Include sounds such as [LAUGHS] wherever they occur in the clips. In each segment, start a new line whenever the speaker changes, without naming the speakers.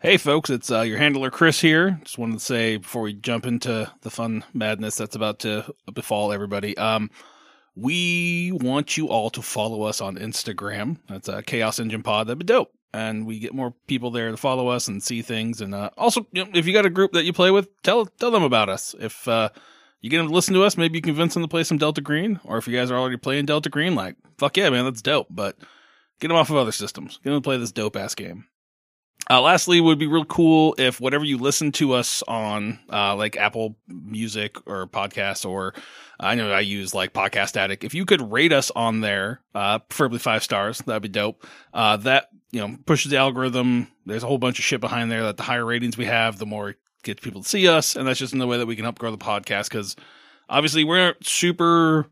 Hey, folks, it's uh, your handler, Chris, here. Just wanted to say before we jump into the fun madness that's about to befall everybody, um, we want you all to follow us on Instagram. That's uh, Chaos Engine Pod. That'd be dope. And we get more people there to follow us and see things. And uh, also, you know, if you got a group that you play with, tell tell them about us. If uh, you get them to listen to us, maybe you convince them to play some Delta Green. Or if you guys are already playing Delta Green, like, fuck yeah, man, that's dope. But get them off of other systems. Get them to play this dope ass game. Uh, lastly, it would be real cool if whatever you listen to us on, uh, like Apple Music or podcasts, or I know I use like Podcast Addict. If you could rate us on there, uh, preferably five stars, that'd be dope. Uh, that you know pushes the algorithm. There's a whole bunch of shit behind there that the higher ratings we have, the more it gets people to see us, and that's just another way that we can help grow the podcast. Because obviously, we're super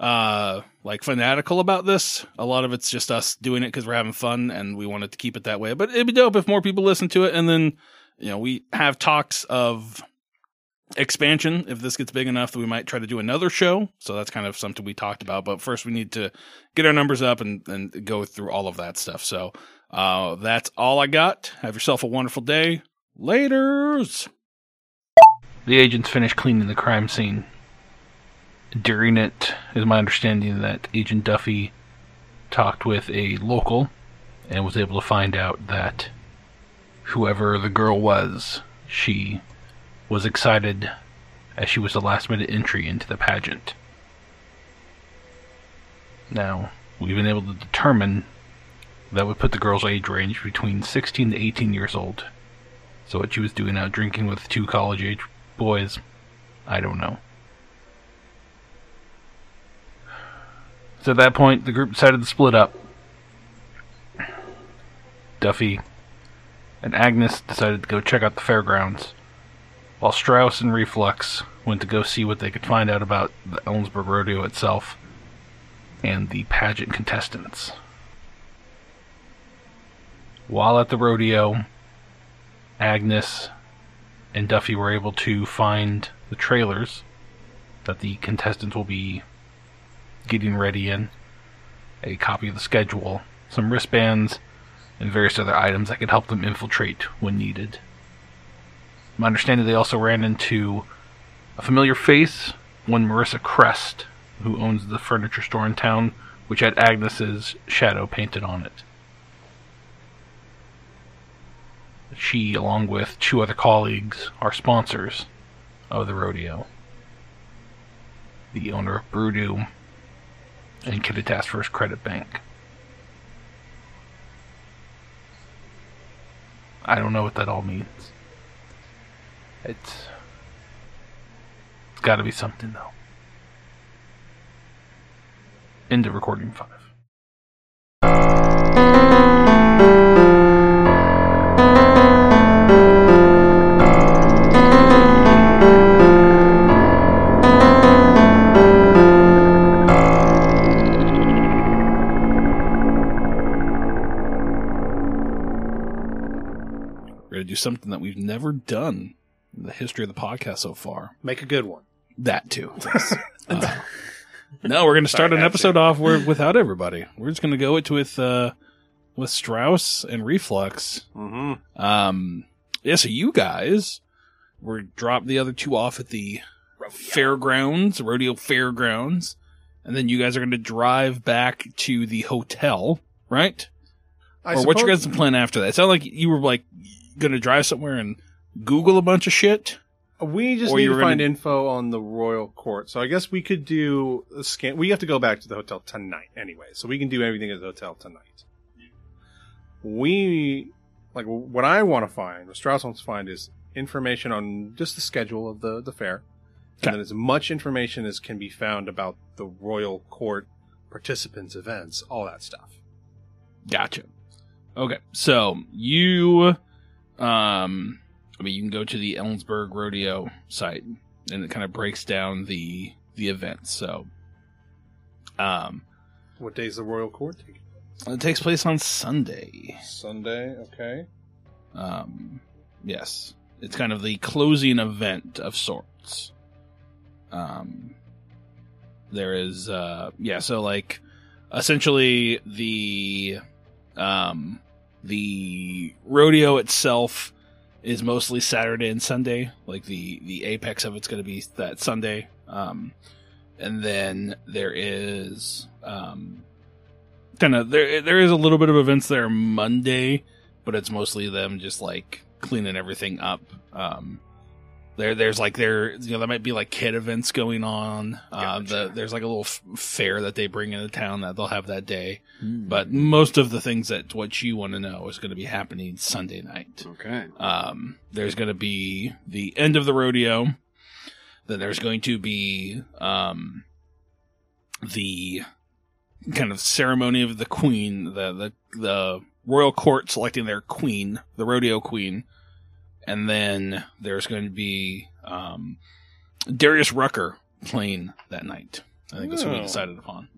uh like fanatical about this a lot of it's just us doing it because we're having fun and we wanted to keep it that way but it'd be dope if more people listen to it and then you know we have talks of expansion if this gets big enough that we might try to do another show so that's kind of something we talked about but first we need to get our numbers up and, and go through all of that stuff so uh that's all i got have yourself a wonderful day laters the agents finish cleaning the crime scene during it is my understanding that Agent Duffy talked with a local and was able to find out that whoever the girl was, she was excited as she was the last minute entry into the pageant. Now, we've been able to determine that would put the girl's age range between 16 to 18 years old. So, what she was doing out drinking with two college age boys, I don't know. So at that point, the group decided to split up. Duffy and Agnes decided to go check out the fairgrounds, while Strauss and Reflux went to go see what they could find out about the Ellensburg Rodeo itself and the pageant contestants. While at the rodeo, Agnes and Duffy were able to find the trailers that the contestants will be getting ready in, a copy of the schedule, some wristbands, and various other items that could help them infiltrate when needed. My understanding they also ran into a familiar face, one Marissa Crest, who owns the furniture store in town, which had Agnes's shadow painted on it. She, along with two other colleagues, are sponsors of the rodeo. The owner of Brewdoo and Kittitas First Credit Bank. I don't know what that all means. It's, it's got to be something, though. End of recording five. We're going to do something that we've never done in the history of the podcast so far.
Make a good one.
That
[LAUGHS]
too. Uh, no, we're going to start an episode off where, without everybody. We're just going to go it with uh, with Strauss and Reflux.
Mm-hmm.
Um, yeah, so you guys were drop the other two off at the fairgrounds, rodeo fairgrounds, and then you guys are going to drive back to the hotel, right?
I
or what's your guys' plan after that? It sounded like you were like going to drive somewhere and Google a bunch of shit.
We just
or
need
you
to
were
find
gonna-
info on the royal court. So I guess we could do a scan. We have to go back to the hotel tonight anyway, so we can do everything at the hotel tonight. We like what I want to find. What Strauss wants to find is information on just the schedule of the the fair,
Okay.
and then as much information as can be found about the royal court participants, events, all that stuff.
Gotcha. Okay, so you, um, I mean, you can go to the Ellensburg Rodeo site, and it kind of breaks down the the events. So, um,
What day is the royal court? taking
it takes place on Sunday.
place? Sunday. Okay.
Um, yes, it's kind of the closing event of sorts. Um, there is, uh, yeah, so like essentially the, um, The rodeo itself is mostly Saturday and Sunday. Like the the apex of it's going to be that Sunday. Um, and then there is um, kind of there there is a little bit of events there Monday, but it's mostly them just like cleaning everything up. Um, there there's like there you know there might be like kid events going on. Uh,
Gotcha.
the, there's like a little f- fair that they bring into town that they'll have that day.
Hmm.
But most of the things that what you want to know is going to be happening Sunday night.
okay.
Um, there's going to be the end of the rodeo. Then there's going to be um, the kind of ceremony of the queen, the the the royal court selecting their queen, the rodeo queen, and then there's going to be um, Darius Rucker playing that night. I think that's what we
Oh.
decided upon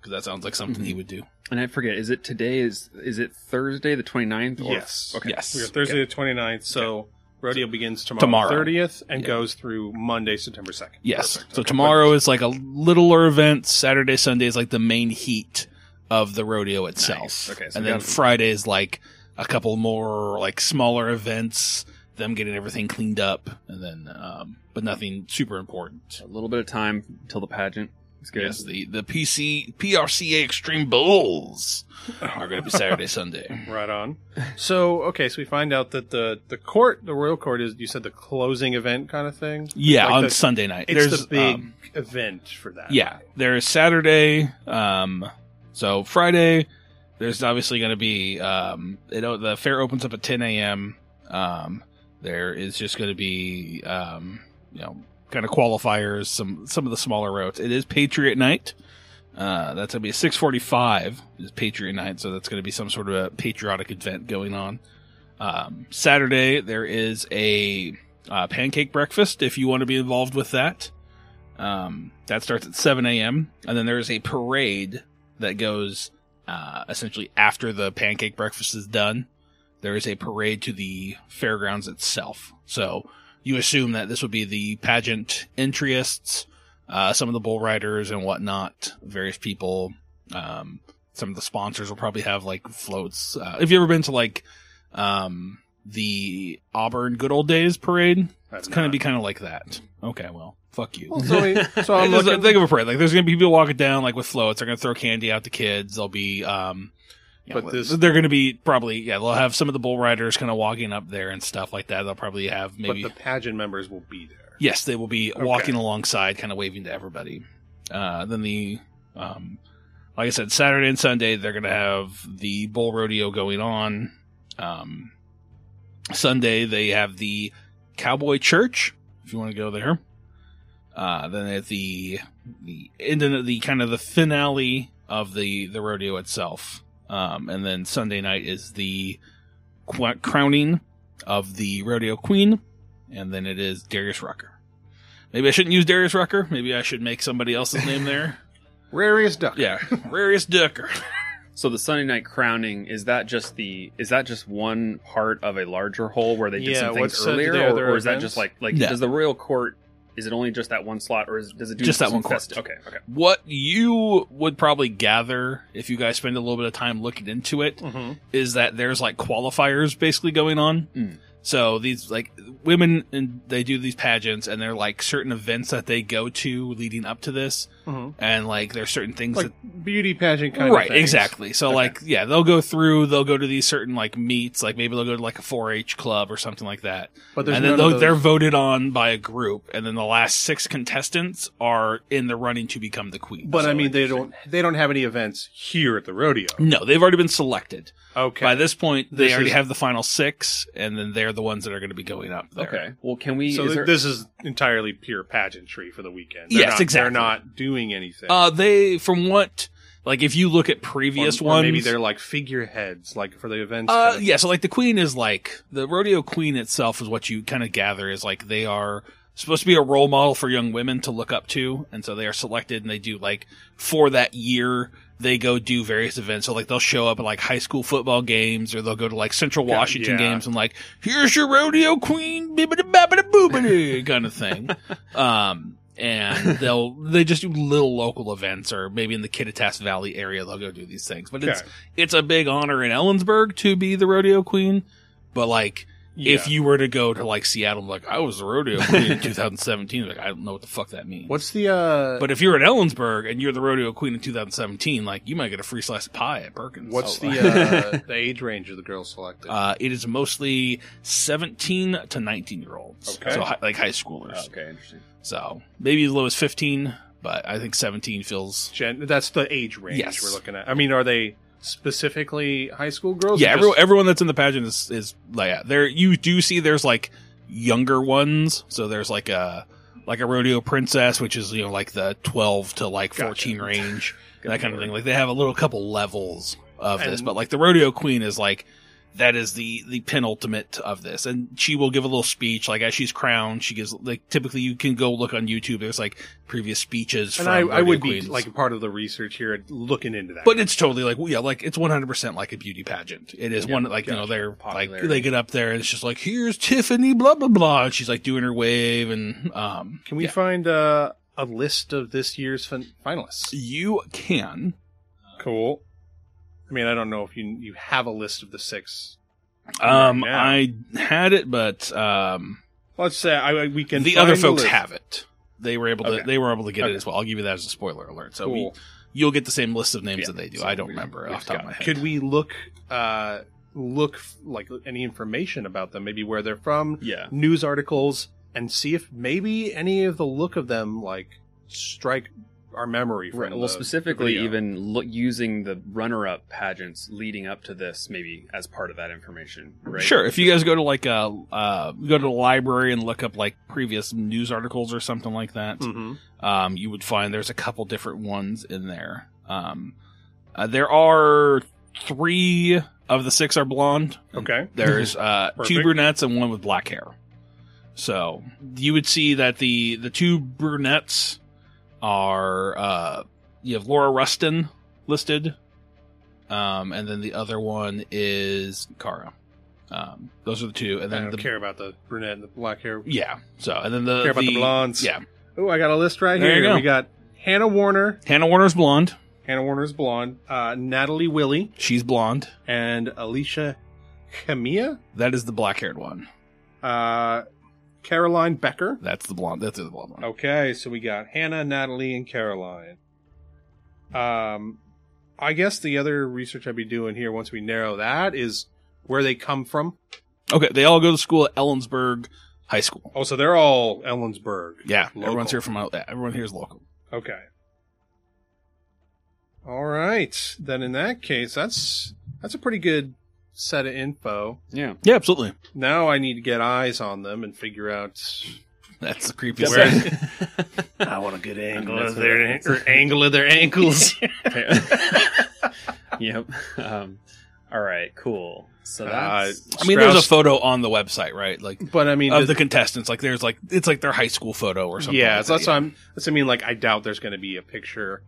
because that sounds like something he
Mhm.
would do.
And I forget, is it today? Is is it Thursday the 29th? Or,
Yes.
Okay.
Yes,
We're Thursday the 29th, so rodeo begins tomorrow,
Tomorrow.
30th and
Yeah.
goes through Monday, September 2nd.
Yes.
Perfect.
So
Okay,
tomorrow is like a littler event. Saturday, Sunday is like the main heat of the rodeo itself.
Nice. Okay, so
and
we
then
got-
Friday is like a couple more like smaller events, them getting everything cleaned up, and then um, but nothing super important.
A little bit of time till the pageant. It's good.
Yes, the the PC PRCA Extreme
[LAUGHS]
Bulls are going to be Saturday, Sunday.
Right on. So, okay, so we find out that the the court, the royal court is you said the closing event kind of thing.
Yeah,
Like
on
the-
Sunday night.
It's
There's
the big
um,
event for that.
Yeah, there is Saturday. Um, so Friday, there's obviously going to be um, it, o- the fair opens up at 10 a.m. Um, there is just going to be um, you know kind of qualifiers, some some of the smaller routes. It is Patriot Night. Uh, that's gonna be 6:45 is Patriot Night, so that's gonna be some sort of a patriotic event going on. Um, Saturday there is a uh, pancake breakfast if you want to be involved with that. Um, that starts at 7 a.m. and then there is a parade that goes uh, essentially after the pancake breakfast is done. There is a parade to the fairgrounds itself. So you assume that this would be the pageant entryists, uh, some of the bull riders and whatnot, various people. Um, some of the sponsors will probably have like floats. Uh, have you ever been to like um, the Auburn Good Old Days parade?
That's
It's kind of be kind of like that. Okay, well, fuck you.
Well, so, we, [LAUGHS]
[LAUGHS]
so I'm
It's a-
looking.
think of a parade. Like, there's gonna be people walking down like with floats. They're gonna throw candy out to kids. They'll be, um, you know,
But this-
they're gonna be probably yeah. They'll have some of the bull riders kind of walking up there and stuff like that. They'll probably have
but
maybe
the pageant members will be there.
yes, they will be
Okay.
walking alongside, kind of waving to everybody. Uh, then the, um, like I said, Saturday and Sunday they're gonna have the bull rodeo going on. Um, Sunday they have the Cowboy Church if you want to go there. Uh, then at the the end of the kind of the finale of the the rodeo itself, um, and then Sunday night is the qu- crowning of the rodeo queen, and then it is Darius Rucker. Maybe I shouldn't use Darius Rucker. Maybe I should make somebody else's name there.
Rariest duck.
Yeah, Darius Ducker.
So the Sunday night crowning is that just the is that just one part of a larger whole where they did
Yeah,
some
what's,
things
uh,
earlier,
the other
or, or is that
events?
just like like
No.
does the royal court is it only just that one slot, or is, does it do
Just that
some
one court.
festi- Okay, okay.
What you would probably gather if you guys spend a little bit of time looking into it
hmm
is that there's like qualifiers basically going on.
Mm.
So these like women and they do these pageants and they're like certain events that they go to leading up to this
hmm
and like there's certain things
Like
that
beauty pageant kind of
right
things.
exactly. So
Okay.
like yeah, they'll go through, they'll go to these certain like meets, like maybe they'll go to like a 4-H club or something like that.
But there's
and then
none of
they'll- they're
those-
voted on by a group and then the last 6 contestants are in the running to become the queen.
But
So,
I mean,
like,
they don't they don't have any events here at the rodeo.
no, they've already been selected.
Okay.
By this point, they
This
already
is-
have the final six, and then they're the ones that are going to be going up there.
Okay. Well, can we?
so
is
th-
there,
this is entirely pure pageantry for the weekend. They're
Yes,
not,
exactly.
They're not doing anything.
Uh, they from what like if you look at
Or-
previous
or
ones,
Maybe they're like figureheads, like for the events.
uh,
kind of-
yeah. So like the queen is like the rodeo queen itself is what you kind of gather is like they are supposed to be a role model for young women to look up to, and so they are selected and they do like for that year they go do various events. So like they'll show up at like high school football games or they'll go to like Central
Yeah,
Washington
yeah.
games and like [LAUGHS] here's your rodeo queen bibbity babbity boobity kind of thing. Um, and they'll they just do little local events or maybe in the Kittitas Valley area they'll go do these things. But it's
Okay.
it's a big honor in Ellensburg to be the rodeo queen, but like if
Yeah.
you were to go to like Seattle, like I was the rodeo
[LAUGHS]
queen in 2017, like I don't know what the fuck that means.
what's the uh
But if you're at Ellensburg and you're the rodeo queen in 2017, like you might get a free slice of pie at Perkins.
what's
[LAUGHS] Oh,
the uh the age range of the girls selected?
Uh, it is mostly 17 to 19 year olds,
Okay. Uh,
so hi- like high schoolers.
Oh, okay, interesting.
So maybe as low as 15, but I think 17 feels.
Gen- that's the age range
Yes.
we're looking at. I mean, are they specifically high school girls?
Yeah,
or
every,
just-
everyone that's in the pageant is, is like yeah, there. You do see there's like younger ones, so there's like a like a rodeo princess, which is you know like the 12 to like
Gotcha.
14 range,
[LAUGHS] Good
that kind of
lord.
thing. Like they have a little couple levels of this,
And-
but like the rodeo queen is like that is the the penultimate of this, and she will give a little speech like as she's crowned. She gives like typically you can go look on YouTube. There's like previous speeches.
And
from
I, I
rodeo
would
queens.
be like part of the research here, looking into that.
But it's totally like, well, yeah, like it's 100% like a beauty pageant. It is
Yeah,
one, like, you know,
gotcha.
they're
Popularity.
like, they get up there and it's just like, here's Tiffany, blah, blah, blah. And she's like doing her wave and, um,
can we
yeah.
find uh, a list of this year's fin- finalists?
you can,
Cool. I mean, I don't know if you you have a list of the six.
um,
Right now.
I had it, but, um,
Let's say I, I- we can.
the
find
other folks
list.
have it. They were able to,
Okay.
they were able to get
Okay.
it as well. I'll give you that as a spoiler alert. So we,
Cool.
you'll get the same list of names
Yeah,
that they do.
so
I don't
we-
remember
we
off the top of
got-
my head.
Could we look uh, look f- like any information about them? Maybe where they're from,
Yeah.
news articles, and see if maybe any of the look of them like strike our memory. From
Right. Well,
the
specifically,
video.
even look, using the runner-up pageants leading up to this, maybe as part of that information, right?
Sure. If you guys go to like a uh, go to the library and look up like previous news articles or something like that,
Mhm.
um, you would find there's a couple different ones in there. Um, uh, there are three of the six are blonde.
Okay. [LAUGHS]
There's uh, two
Perfect.
brunettes and one with black hair. So you would see that the the two brunettes are uh, you have Laura Rustin listed, um, and then the other one is Kara. Um, those are the two, and
I
then
don't
the
care about the brunette and the black hair.
yeah. So and then Uh, the
care about the blondes.
Yeah,
Oh, I got a list right
There you
here.
go.
We got Hannah Warner.
Hannah Warner's blonde.
Hannah Warner's blonde. Uh, Natalie Willie
She's blonde.
and Alicia Camilla.
That is the black haired one.
Uh, Caroline Becker.
That's the blonde. That's the blonde one.
Okay, so we got Hannah, Natalie, and Caroline. Um, I guess the other research I'd be doing here once we narrow that is where they come from.
Okay, they all go to school at Ellensburg High School.
Oh, so they're all Ellensburg.
Yeah,
Local.
everyone's here from out- everyone here is local.
Okay. All right. Then in that case, that's that's a pretty good set of info.
[LAUGHS]
Yeah.
Yeah, absolutely.
Now I need to get eyes on them and figure out
That's the creepiest.
Where-
thing.
I want a
[LAUGHS]
good
angle of their- or
angle [LAUGHS] of their ankles.
[LAUGHS]
yep. Um, all right. Cool. So
Uh,
that's
I mean, there's a
Strauss-
photo on the website, right? Like
but I mean,
of the contestants. Like there's like it's like their high school photo or something.
yeah,
like
so
that,
that's what I'm. That's what I mean. Like, I doubt there's going to be a picture.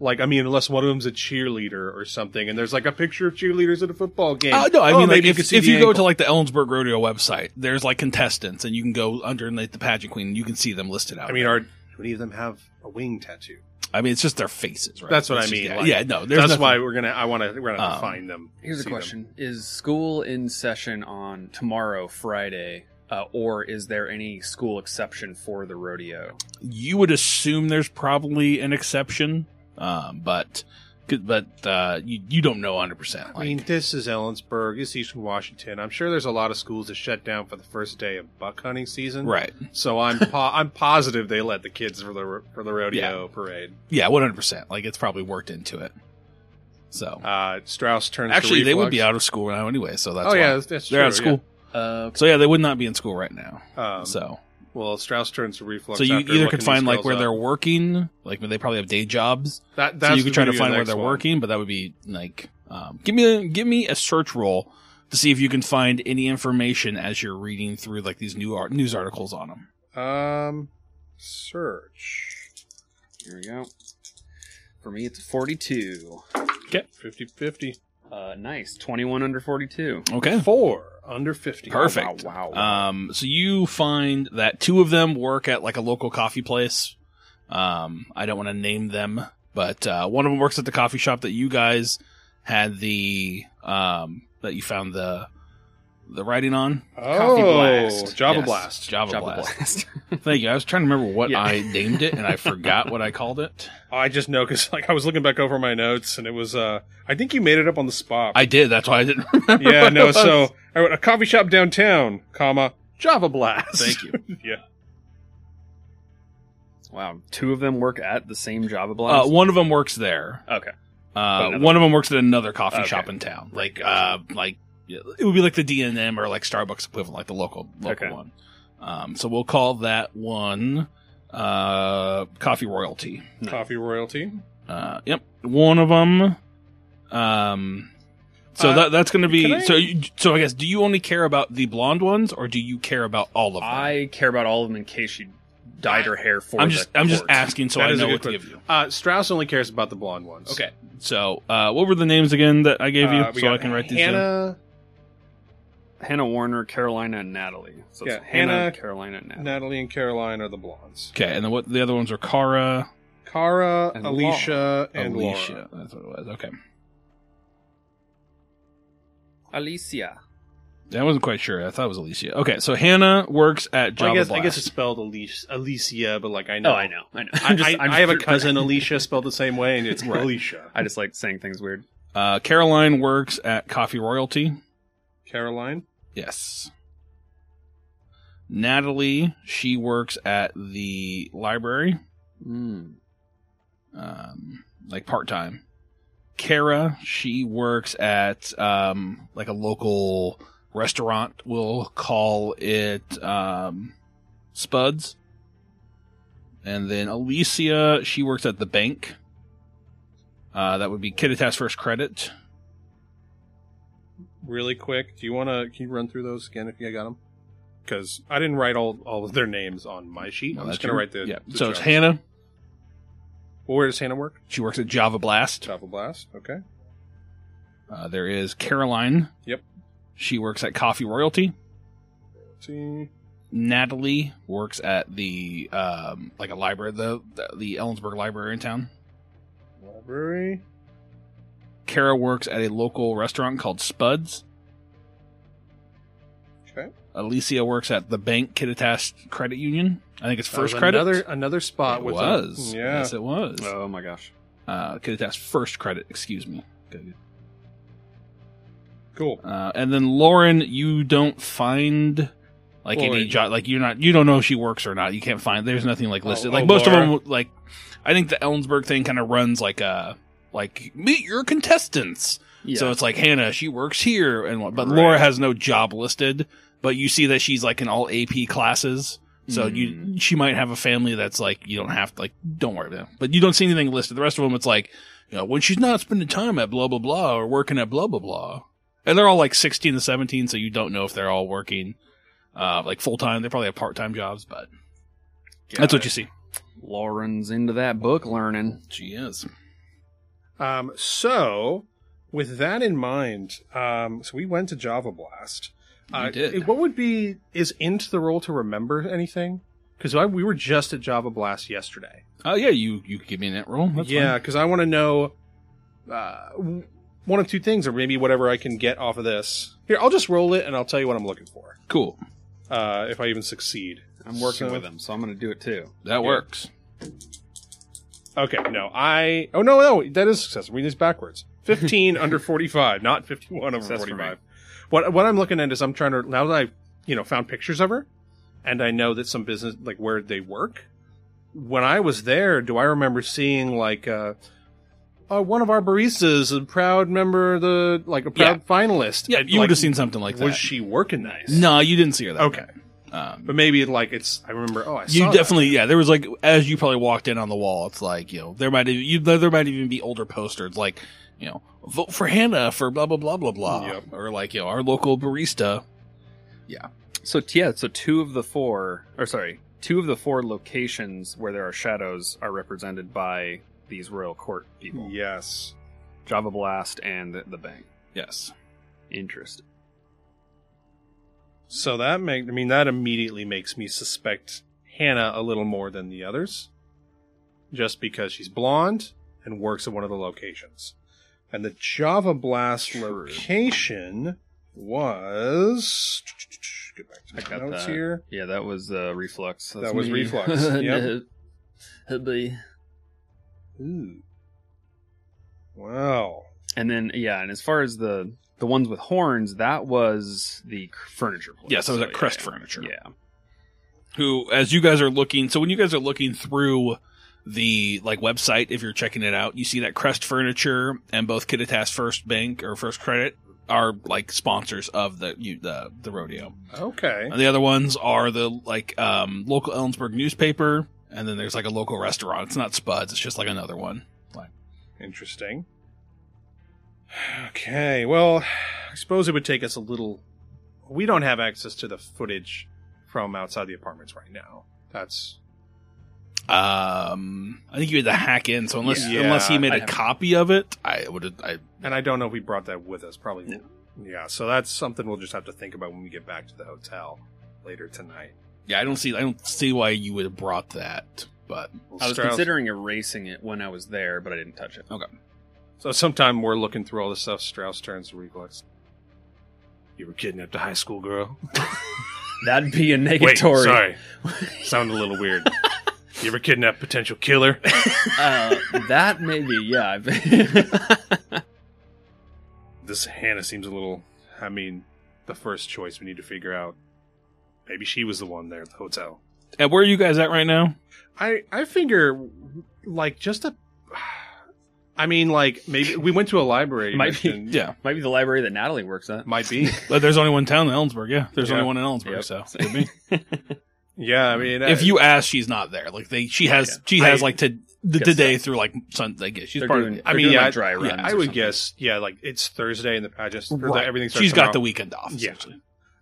Like, I mean, unless one of them's a cheerleader or something, and there's like a picture of cheerleaders at a football game.
Oh, no, I
Oh,
mean, like,
maybe
if,
could see
if
the
you go to
ankle.
like the Ellensburg Rodeo website, there's like contestants, and you can go underneath the pageant queen, and you can see them listed out.
I mean, are do any of them have a wing tattoo?
I mean, it's just their faces, right?
That's what
It's
I
just-
mean,
Yeah,
like,
yeah, no,
That's
there's nothing-
why we're gonna. I want to. We're gonna have to
Um,
find them.
here's a
see them.
question: Is school in session on tomorrow, Friday, uh, or is there any school exception for the rodeo?
you would assume there's probably an exception, um, but but uh, you you don't know 100. percent
I mean, this is Ellensburg. It's Eastern Washington. I'm sure there's a lot of schools that shut down for the first day of buck hunting season.
right?
So I'm po- I'm positive they let the kids for the for the rodeo parade.
Yeah, 100. percent Like it's probably worked into it. So
Uh, Strauss turns. to
actually, they would be
reflux.
out of school now anyway. So that's
oh
why.
yeah, that's, that's
they're
true,
out of school.
Uh,
So yeah, they would not be in school right now.
Yeah. Um,
so
well, Strauss turns to reflux.
so you
after
either
looking
could find
these
like
girls
where
up.
they're working, like they probably have day jobs.
That,
so
that's
you could try to
gonna be the
find where
next
they're
one.
working, but that would be like um, give me a, give me a search roll to see if you can find any information as you're reading through like these new art, news articles on them.
Um, search
here we go. For me, it's 42.
50 50
Uh, nice. 21 under 42.
Okay.
four under 50.
Perfect. Uh,
Wow. wow, wow.
Um, so you find that two of them work at like a local coffee place. Um, I don't want to name them, but uh, one of them works at the coffee shop that you guys had the um, that you found the the writing on.
Coffee blast.
Oh, Java
Yes,
Blast.
Java,
Java
blast. [LAUGHS]
blast.
Thank you. I was trying to remember what
Yeah.
I named it, and I forgot what I called it.
I just know because [LAUGHS] like I was looking back over my notes and it was uh I think you made it up on the spot.
I did. That's why I didn't remember.
yeah
what it
no
was.
so I wrote a coffee shop downtown, comma Java Blast.
thank you.
wow, two of them work at the same Java
Uh,
blast.
one of them works there.
okay,
Uh,
another-
one of them works at another coffee
Okay.
shop in town. Like, uh, like yeah, it would be like the DNM or like Starbucks equivalent, like the local local
Okay.
one. Um, so we'll call that one uh, Coffee Royalty.
[LAUGHS]
No.
Coffee royalty.
Uh, yep, one of them. Um, so
Uh,
that that's going to be
can I-
so. You, so I guess do you only care about the blonde ones, or do you care about all of them?
I care about all of them in case she dyed her hair for.
I'm
the
just I'm just
court.
asking so
That
I
is a
know
good
what to give
question.
you.
Uh Strauss only cares about the blonde ones.
Okay. So uh, what were the names again that I gave you
Uh, we
so
got
I can write these down?
Hannah,
Hannah Warner, Carolina, and Natalie. So it's
Yeah,
Hannah,
Hannah-
Carolina, and Natalie.
Natalie, and Caroline are the blondes.
Okay, and then what the other ones are Kara,
Kara,
And
Alicia, and
Alicia.
Laura.
That's what it was. Okay.
Alicia.
I wasn't quite sure. I thought it was Alicia. Okay, so Hannah works at Java
I guess I
Blast.
guess it's spelled Alicia, Alicia, but like I know.
Oh, I know. I [LAUGHS] know.
I, I- I have a
just-
[LAUGHS]
cousin Alicia spelled the same way, and it's
Right.
Alicia.
[LAUGHS] I just like saying things weird.
uh, Caroline works at Coffee Royalty.
Caroline,
Yes. Natalie, she works at the library,
Mm.
um, like part time. Kara, she works at um, like a local restaurant. We'll call it um, Spuds. And then Alicia, she works at the bank. Uh, that would be Kittitas First Credit.
really quick. Do you want to? Can you run through those again if you got them? Because I didn't write all all of their names on my sheet.
No,
I'm just
Uh, that's
gonna
your-
write the.
Yeah.
the
so it's
jobs.
Hannah.
Well, where does Hannah work?
She works at Java Blast.
Java Blast. Okay.
Uh, there is Caroline.
Yep.
She works at Coffee Royalty.
See.
Natalie works at the um, like a library, the the, the Ellensburg Library in town.
Library.
Kara works at a local restaurant called Spuds.
Okay.
Alicia works at the bank Kittitas Credit Union. I think it's
That was
First Credit.
Another another spot
it
with a-
was.
yeah.
Yes, it was.
Oh my gosh.
Uh, Kittitas First Credit. Excuse me.
Cool.
Uh, and then Lauren, you don't find like any
Lauren.
job. Like you're not, you don't know if she works or not. You can't find. There's nothing like
Oh,
listed.
oh,
like most
Laura.
of them, like I think the Ellensburg thing kind of runs like a like meet your contestants.
Yeah.
So it's like Hannah, she works here, and what, but
Right.
Laura has no job listed. But you see that she's like in all AP classes. So you, she might have a family that's like you don't have to like don't worry about. It. But you don't see anything listed. The rest of them, it's like you know, when she's not spending time at blah blah blah or working at blah blah blah, and they're all like sixteen to seventeen, so you don't know if they're all working uh, like full time. They probably have part time jobs, but that's what you see.
Lauren's into that book learning.
She is.
Um, so, with that in mind, um, so we went to Java Blast. Uh,
We did.
What would be is into the role to remember anything? Because we were just at Java Blast yesterday.
Oh yeah, you you give me an int roll. That's
yeah,
fine.
because I want to know uh, w- one of two things, or maybe whatever I can get off of this. Here, I'll just roll it, and I'll tell you what I'm looking for.
cool.
Uh, if I even succeed.
I'm working
So-
with him, so I'm going to do it too.
That works.
Okay, no, I. Oh no, no, that is successful. Read
[LAUGHS]
this backwards. Fifteen under forty-five, not fifty-one over
Success for me.
forty-five. What what I'm looking at is I'm trying to now that I you know found pictures of her, and I know that some business like where they work. When I was there, do I remember seeing like uh, uh one of our baristas, a proud member, of the like a proud finalist?
Yeah,
And,
you
like,
would have seen something like
was
that.
she working nice?
no, you didn't see her. That
Okay,
Um,
but maybe like it's. I remember. Oh, I
you
saw that.
definitely yeah there was like as you probably walked in on the wall it's like you know there might you there there might even be older posters like you know vote for hannah for blah blah blah blah blah
Yep.
or like you know our local barista
So t- yeah, so two of the four, or sorry, two of the four locations where there are shadows are represented by these royal court people.
Yes.
Java Blast and the, the bank.
yes
Interesting.
So that make I mean that immediately makes me suspect Hannah a little more than the others. just because she's blonde and works at one of the locations. And the Java Blast
True.
location was. Get back to my
I got
notes
that.
here.
Yeah, that was uh, reflux.
That was
[LAUGHS]
reflux, yep.
Hubby.
Ooh. Wow.
And then yeah, and as far as the the ones with horns, that was the c- furniture place.
Yes, that was at
yeah,
Crest
yeah.
Furniture.
Yeah.
Who, as you guys are looking, so when you guys are looking through the like website, if you're checking it out, you see that Crest Furniture and both Kittitas First Bank or First Credit are like sponsors of the you, the the rodeo.
Okay.
And the other ones are the like um, local Ellensburg newspaper, and then there's like a local restaurant. It's not Spuds; it's just like another one.
Interesting. Okay, well, I suppose it would take us a little. We don't have access to the footage from outside the apartments right now. That's
Um, I think you had to hack in. So unless
Yeah,
unless he made
I
a
have-
copy of it, I would. I
and I don't know if we brought that with us. Probably,
No.
yeah. So that's something we'll just have to think about when we get back to the hotel later tonight.
yeah, I don't see. I don't see why you would have brought that. But
We'll
I was
start-
considering erasing it when I was there, but I didn't touch it.
So sometime we're looking through all this stuff. Strauss turns to Reflex. You were kidnapped a high school girl.
[LAUGHS] That'd be a negatory.
Wait, sorry, sounded a little weird. you ever kidnapped potential killer?
[LAUGHS] uh, that maybe, yeah. [LAUGHS]
this Hannah seems a little. I mean, the first choice we need to figure out. Maybe she was the one there at the hotel.
and where are you guys at right now?
I I figure, like, just a. [SIGHS] I mean, like maybe we went to
[LAUGHS]
a library. you
Might be-
mentioned.
Yeah,
Might be the library that Natalie works at.
Might be.
but there's only one town in Ellensburg. Yeah, there's
Yeah.
only one in Ellensburg.
Yep.
So could be.
Yeah, I
[LAUGHS]
mean,
if you ask, she's not there. Like they, she has,
Yeah.
she has
I-
like to the
Guess
today through like Sunday. Yeah, she's
They're
part
doing,
of.
they're
I
I mean,
mean,
doing
yeah,
like dry runs.
yeah, I would guess. Yeah, like it's Thursday and the pageant. or the-
Right.
everything starts.
she's got the
tomorrow.
weekend off.
Yeah.
Essentially.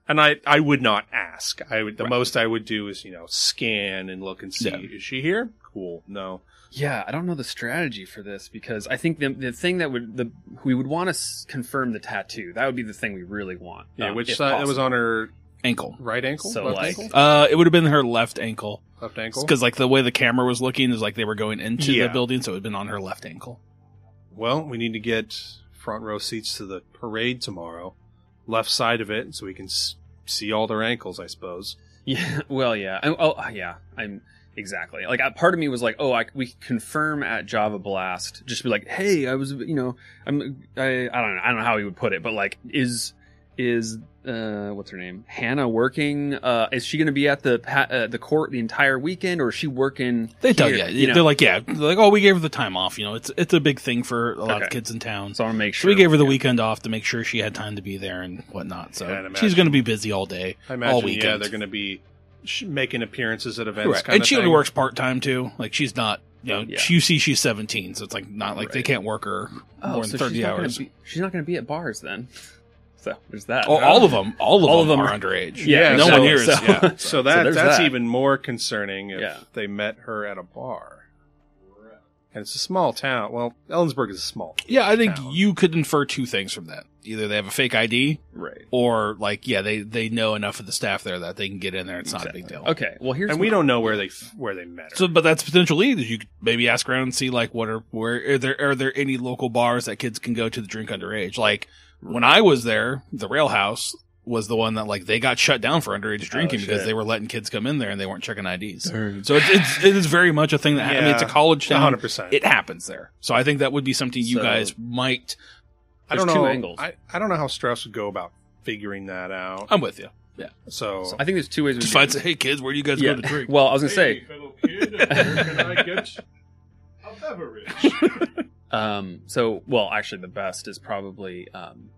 And I I would not ask. I would the
Right.
most I would do is you know scan and look and see
Yeah.
is she here? Cool. No.
[LAUGHS] Yeah, I don't know the strategy for this because I think the the thing that would the we would want to s- confirm the tattoo. That would be the thing we really want.
Yeah,
Uh,
um,
which
if
side? It was
possible.
on her
Ankle.
right ankle.
So,
left
like-
ankle?
Uh, it would have been her left ankle.
left ankle.
Because like the way the camera was looking is like they were going into
Yeah.
the building, so it had been on her left ankle.
Well, we need to get front row seats to the parade tomorrow, left side of it, so we can s- see all their ankles, I suppose.
Yeah, [LAUGHS] well, yeah. I, oh, yeah. I'm exactly like I, part of me was like, oh, I, we could confirm at Java Blast, just be like, hey, I was, you know, I'm, I, I don't know, I don't know how he would put it, but like, is is uh what's her name hannah working uh is she gonna be at the pa- uh, the court the entire weekend or is she working
They tell
here?
you, they're like, yeah, they're like, oh, we gave her the time off. You know, it's it's a big thing for a lot of
Okay.
kids in town.
so i want to make
So
sure
we gave her the
yeah.
weekend off to make sure she had time to be there and whatnot. So
Yeah, I'd
she's
imagine.
going to be busy all day,
I imagine, yeah,
weekend.
they're going to be sh- making appearances at events,
Correct.
kind
and
of
she only
thing. [LAUGHS]
works part time too. Like she's not, you know,
Yeah.
she, you see, she's seventeen, so it's like not like they
Right.
can't work her
Oh,
more than
so
thirty
she's not
hours.
gonna be, she's not gonna be at bars then [LAUGHS] so there's that
Oh, all of them, all of
All of
them,
them
are
are-
underage.
Yeah,
no one
exactly.
here is.
So-
yeah.
So that
there's
that's
that.
even more concerning if
Yeah.
they met her at a bar. And it's a small town. Well, Ellensburg is a small.
Yeah, I think
town.
you could infer two things from that. Either they have a fake ID,
right
or like, yeah, they they know enough of the staff there that they can get in there. It's not a big deal.
[LAUGHS] okay well here's
and we
my-
don't know where they f- where they met her.
So, but that's potential lead. You could maybe ask around and see like what are where are there are there any local bars that kids can go to to drink underage? Like when I was there, the Rail House was the one that like they got shut down for underage drinking because
shit.
they were letting kids come in there and they weren't checking IDs. So it's, it's it is very much a thing that ha- I mean it's a
Yeah.
college
One
town.
hundred percent.
It happens there. So I think that would be something you
So-
guys might.
I don't
there's two
know.
angles.
I, I don't know how Strauss would go about figuring that out.
I'm with you.
So,
I think there's two ways. we
Just
do
find
it.
say, hey kids, where do you guys
Yeah.
go to drink?
Well, I was gonna say,
[LAUGHS]
um, so well, actually, the best is probably, um,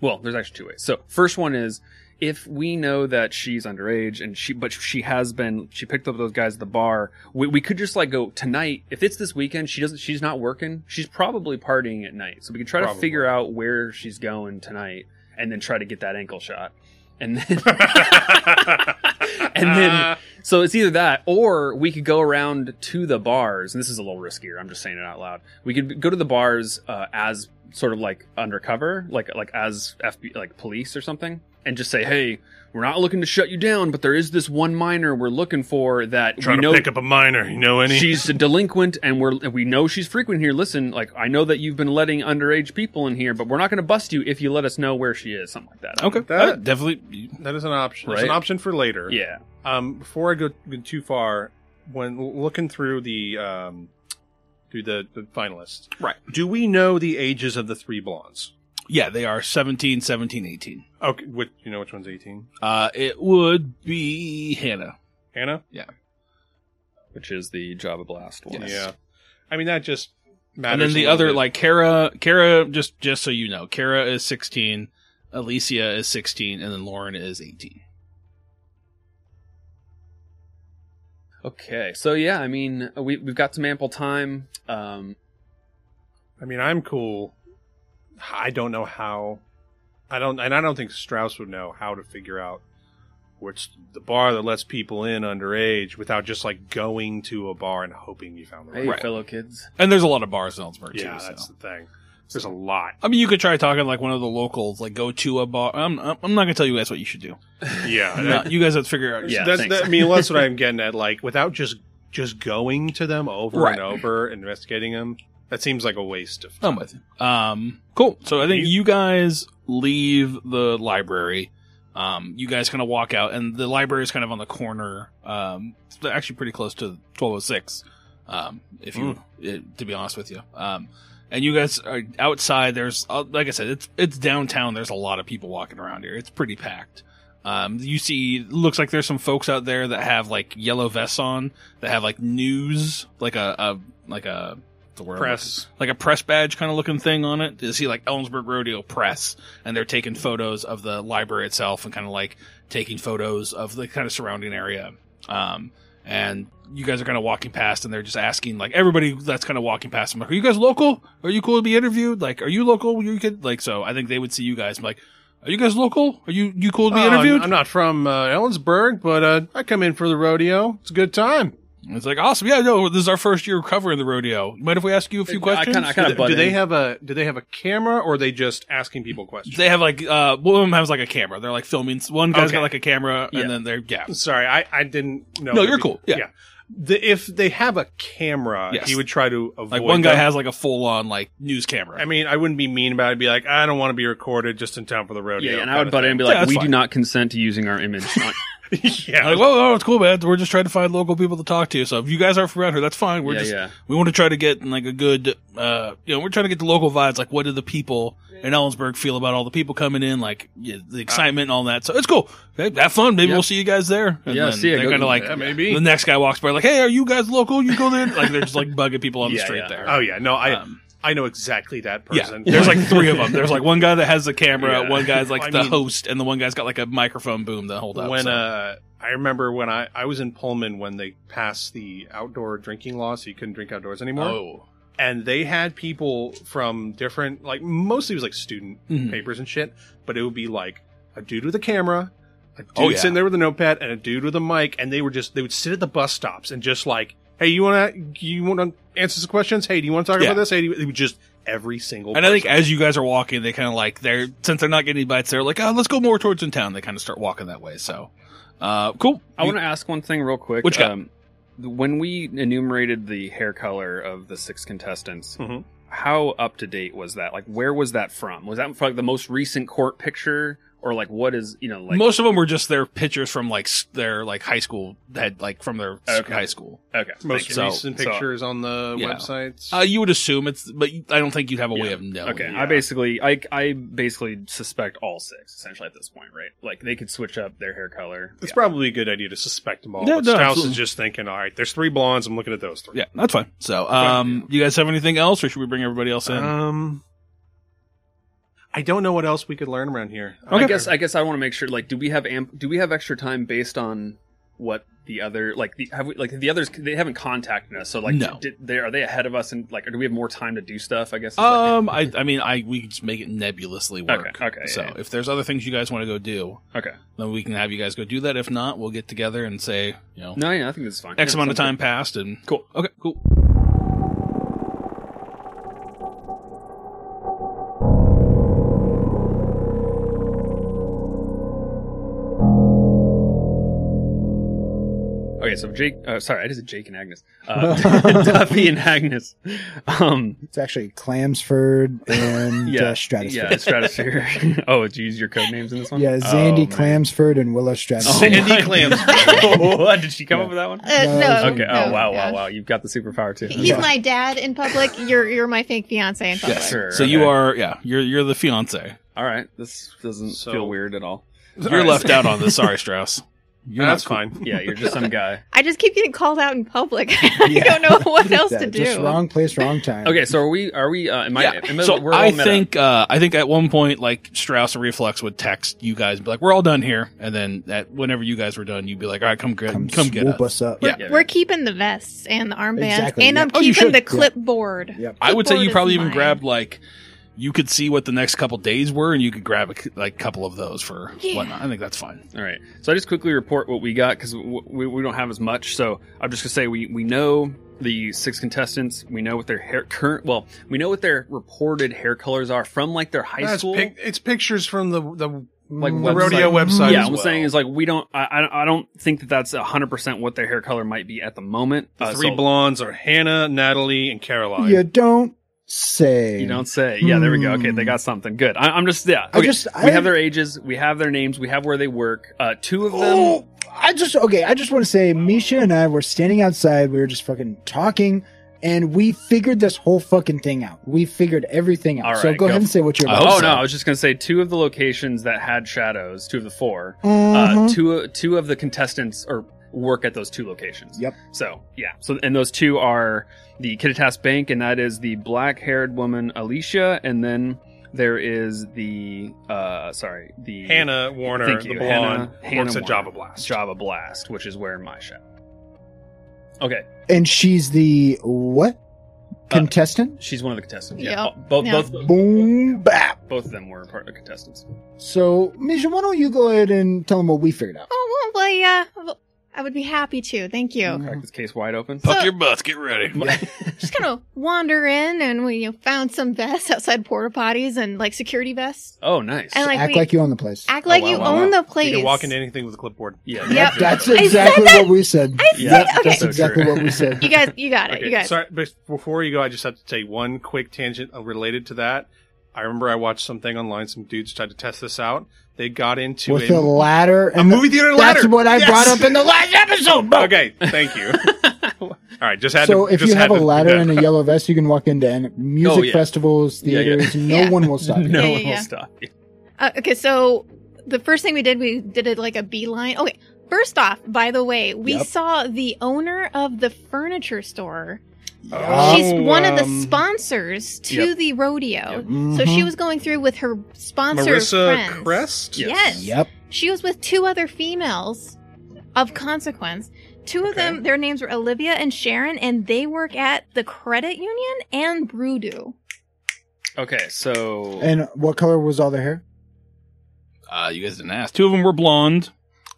well, there's actually two ways. So first one is if we know that she's underage and she, but she has been, she picked up those guys at the bar. We, we could just like go tonight. If it's this weekend, she doesn't, she's not working. She's probably partying at night. So we can try to
Probably.
figure out where she's going tonight, and then try to get that ankle shot, and then. [LAUGHS] and then so it's either that or we could go around to the bars and this is a little riskier i'm just saying it out loud we could go to the bars uh, as sort of like undercover like like as fb like police or something and just say hey we're not looking to shut you down, but there is this one minor we're looking for that we
Trying
know
to pick up a minor. You know any?
she's a delinquent and we're and we know she's frequent here. Listen, like I know that you've been letting underage people in here, but we're not going to bust you if you let us know where she is, something like
[LAUGHS]
that.
Okay,
That-
Uh, definitely.
that is an option. It's
Right.
an option for later.
Yeah.
Um, before I go go too far, when l- looking through the um, through the, the finalists,
Right.
Do we know the ages of the three blondes?
Yeah, they are 17, 17, 18.
Okay, which, you know which one's eighteen?
Uh, it would be Hannah.
Hannah.
Which is the Java Blast one.
Yes.
Yeah. I mean that just matters.
and then
a
the
little
other,
bit.
like Kara, Kara, just just so you know, Kara is 16, Alicia is 16, and then Lauren is 18.
Okay. So yeah, I mean, we we've got some ample time. Um
I mean, I'm cool. I don't know how. I don't, and I don't think Strauss would know how to figure out which the bar that lets people in underage without just like going to a bar and hoping you found the
hey
right.
fellow kids.
And there's a lot of bars in Ellsberg
Yeah,
too.
that's
so.
the thing. There's a lot.
I mean, you could try talking like one of the locals, like go to a bar. I'm I'm I'm not gonna tell you guys what you should do.
[LAUGHS] Yeah,
No,
that-
you guys have to figure out.
Yeah.
that's.
thanks.
That, I mean, that's what I'm getting at. Like, without just just going to them over
Right. Oh,
and over, investigating them, that seems like a waste of.
I'm with you. Um, cool. So I think
You-
you, guys leave the library. Um, you guys kind of walk out, and the library is kind of on the corner. Um, it's actually pretty close to 1206. Um, if you, it, to be honest with you, um, and you guys are outside. There's, uh, like I said, it's it's downtown. There's a lot of people walking around here. It's pretty packed. Um, you see, looks like there's some folks out there that have like yellow vests on that have like news, like a, a like a the word I'm
Press.
like a press badge kind of looking thing on it. You see like Ellensburg Rodeo Press, and they're taking photos of the library itself and kind of like taking photos of the kind of surrounding area. Um, and you guys are kind of walking past, and they're just asking like everybody that's kind of walking past them, like, "Are you guys local? Are you cool to be interviewed? Like, are you local? You could like." So I think they would see you guys and be like, "Are you guys local? Are you you cool to be
Oh, I'm-
interviewed?"
I'm not from uh, Ellensburg, but uh, I come in for the rodeo. It's a good time.
And it's like awesome. Yeah, no, this is our first year covering the rodeo. Mind if we ask you a few
I
questions?
kind of I kind of
do, do they have a do they have a camera or are they just asking people questions?
They have like uh one of them has like a camera. They're like filming. One guy's
Okay.
got like a camera,
Yeah.
and then they're yeah.
Sorry, I, I didn't know.
No,
if
you're
it-
cool. Yeah.
The, if they have a camera,
Yes.
he would try to avoid.
Like one guy
them.
has like a full on like news camera.
I mean, I wouldn't be mean about it. I'd be like, I don't want to be recorded just in time for the rodeo.
Yeah, and I
kinda
would butt in and be
Yeah,
like,
that's
we do
fine.
not consent to using our image. on-
thing. [LAUGHS] yeah,
like, well, oh, it's cool, man. We're just trying to find local people to talk to. So if you guys aren't from around here, that's fine. We're
yeah,
just
yeah.
we want to try to get like a good, uh, you know, we're trying to get the local vibes. Like, what do the people in Ellensburg feel about all the people coming in? Like yeah, the excitement and all that. So it's cool. Hey, have fun. Maybe
Uh, Yeah.
we'll see you guys there. And
Yeah,
then
see ya.
They're
Go-
kind of like
yeah, maybe.
the next guy walks by, like, hey, are you guys local? You go there. like they're just like bugging people on the
Yeah,
street
yeah.
there.
oh yeah, no, I
Um,
I know exactly that person.
Yeah, there's [LAUGHS]
[LAUGHS]
like three of them. There's like one guy that has the camera,
Yeah.
one guy's like
I
the
mean-
host, and the one guy's got like a microphone boom that hold up.
when
so.
uh, I remember when I I was in Pullman when they passed the outdoor drinking law, so you couldn't drink outdoors anymore.
oh,
and they had people from different like mostly it was like student
Mhm.
papers and shit but it would be like a dude with a camera a dude
Oh, yeah.
sitting there with a notepad and a dude with a mic and they were just they would sit at the bus stops and just like hey you want to you want to answer some questions hey do you want to talk
Yeah.
about this hey do you, they would just every single
and I think
person.
as you guys are walking, they kind of like they're since they're not getting any bites, they're like, oh, let's go more towards in town. They kind of start walking that way. So, uh, cool.
I want to ask one thing real quick.
What you got?
Um, th- when we enumerated the hair color of the six contestants,
Mhm.
how up to date was that? Like, where was that from? Was that from like the most recent court picture, or like what is you know like?
most of them were just their pictures from like s- their like high school had like from their s-
Okay.
high school.
okay,
most
so-
recent
so-
pictures on the
Yeah.
websites
Uh, you would assume it's, but you- I don't think you'd have a way
Oh, Yeah.
of knowing.
okay.
yeah.
I basically I I basically suspect all six essentially at this point, right? Like they could switch up their hair color.
it's probably a good idea to suspect them all
Yeah,
but
no,
Strauss
absolutely.
is just thinking all right there's three blondes i'm looking at those three
Yeah, that's fine. So, um, you guys have anything else, or should we bring everybody else in?
um i don't know what else we could learn around here
I guess I guess I want to make sure. Like, do we have amp? Do we have extra time based on what the other like? The, have we like the others? They haven't contacted us, so like,
No.
did, they are they ahead of us? And like, or do we have more time to do stuff? I guess. is, like,
Um, I, I mean, I we could just make it nebulously work.
Okay, okay,
So
yeah, yeah.
if there's other things you guys want to go do,
okay.
then we can have you guys go do that. If not, we'll get together and say, you know,
No, yeah, I think this is fine.
X
Yeah,
amount of time
sounds
passed, and
Cool.
Okay, cool.
Okay, so Jake. Uh, sorry, I just said Jake and Agnes. Uh, Duffy and Agnes. Um,
It's actually Clamsford
[LAUGHS]
and
Yeah,
uh, Stratosphere.
yeah, Stratosphere. [LAUGHS] oh, did you use your code names in this one?
Yeah,
Oh,
Zandy
man.
Clamsford and Willow
Oh,
Stratosphere.
Sandy
Oh, my
Clams.
God. [LAUGHS] did she come up with that one?
No,
Uh,
it's-
no.
Okay. Oh
no,
wow,
yeah.
wow, wow! You've got the superpower too.
[LAUGHS]
He's
Yeah.
my dad in public. You're you're my fake fiance in public.
Yes. [LAUGHS]
Sure,
so you
okay.
are, yeah, you're you're the fiance.
All right, this doesn't
So-
feel weird
[LAUGHS]
at all.
You're
right.
left out on this.
[LAUGHS]
Sorry, Strauss. You're
That's
not cool.
fine.
Yeah, you're just
[LAUGHS]
some guy.
I just keep getting called out in public. [LAUGHS] I
Yeah.
don't know what else
Yeah,
to do.
Just wrong place,
[LAUGHS]
wrong time.
Okay, so are we? Are we? Uh, am I?
Yeah.
Am I
so
we're all
I
meta.
think uh, I think at one point like Strauss and Reflex would text you guys and be like, "We're all done here," and then at whenever you guys were done, you'd be like, "All right, come get come,
Come, come
get
swoop
us."
us up.
Yeah.
Yeah.
We're keeping the vests and the armbands,
Exactly,
and
yeah.
I'm
Oh, you
keeping
should,
the
yeah.
clipboard.
Yep.
I would say
Clipboard
you
is
probably even
mine.
grabbed like you could see what the next couple days were, and you could grab a, c- like couple of those for
Yeah.
whatnot. I think that's fine.
All right. So I just quickly report what we got because w- we, we don't have as much. So I'm just gonna say we we know the six contestants. We know what their hair current. Well, we know what their reported hair colors are from like their high
That's
school.
pic- it's pictures from the the,
Like
Mm, the
website.
Mm.
rodeo website.
Mm-hmm. yeah,
as
I'm
well.
saying is like we don't. I- I I don't think that that's 100 percent what their hair color might be at the moment.
The
Uh,
three
so
blondes are Hannah, Natalie, and Caroline.
You don't say.
You don't say. Yeah, there we go. Okay,
Mm.
they
Hmm.
got something good. I, I'm just yeah.
I
Okay.
just.
we
I
have their ages. We have their names. We have where they work. Uh, two of them.
[GASPS]
Oh, I just okay. I just want to say, Misha and I were standing outside. We were just fucking talking, and we figured this whole fucking thing out. We figured everything out.
All
so
right,
go,
go
ahead and say what you're.
I
About.
hope
oh
so.
no, I was just gonna say two of the locations that had shadows. Two of the 4
Mhm.
Uh, two two of the contestants or work at those two locations.
Yep.
So yeah. So and those two are the Kittitas Bank, and that is the black-haired woman Alicia, and then there is the uh sorry the
Hannah Warner,
Thank
the
you.
blonde,
Hannah- Hannah
works at
Warner.
Java Blast.
Java Blast, which is where my shop. Okay,
and she's the what
Uh,
contestant?
she's one of the contestants. Yeah,
Yep.
both
Yeah.
both
Boom bap.
both of them were part of the contestants.
Mm-hmm. So Misha, why don't you go ahead and tell them what we figured out?
Oh well, well, yeah. well, I would be happy to. Thank you.
Mhm.
Crack this case wide open.
So-
Puck your butts. Get ready.
Just kind of wander in, and we you know, found some vests outside porta potties and like security vests.
[LAUGHS] Oh, nice.
And like
Act
we
like you own the place.
act like
Oh, wow,
you
wow,
own
wow.
the place.
You can walk into anything with a clipboard.
yeah.
Yep.
That's
I said
exactly
that-
what we said.
I said
Yeah,
okay.
That's
so
exactly
true.
what we said.
[LAUGHS] You guys, you got it. you guys.
Sorry, but before you go, I just have to take one quick tangent uh, related to that. I remember I watched something online. Some dudes tried to test this out. They got into
With
a,
the ladder
a
and the-
movie theater ladder.
that's what I
Yes!
brought [LAUGHS] up in the last episode. bro.
Okay, thank
[LAUGHS]
you. All right, just had
So
to.
if
just
you have
had
a
to do
ladder
that.
and a yellow vest, you can walk into any music
Oh, yeah.
festivals,
Yeah, yeah.
theaters. No
Yeah.
one
[LAUGHS]
will stop you.
no
Yeah, yeah,
one
yeah.
will stop you.
Uh, okay, so the first thing we did, we did it like a beeline. Okay, first off, by the way, we
Yep.
saw the owner of the furniture store.
Oh,
She's one of the
um,
sponsors to
yep.
the
Yep.
rodeo. So
Mhm.
she was going through with her sponsor
Marissa
friends.
Crest.
Yeah.
Yes.
Yep.
She was with two other females of consequence. Two of them, their names were Olivia and Sharon, and they work at the credit union and Brewdo.
Okay, so
And what color was all their hair?
Uh, you guys didn't ask. Two of them were blonde.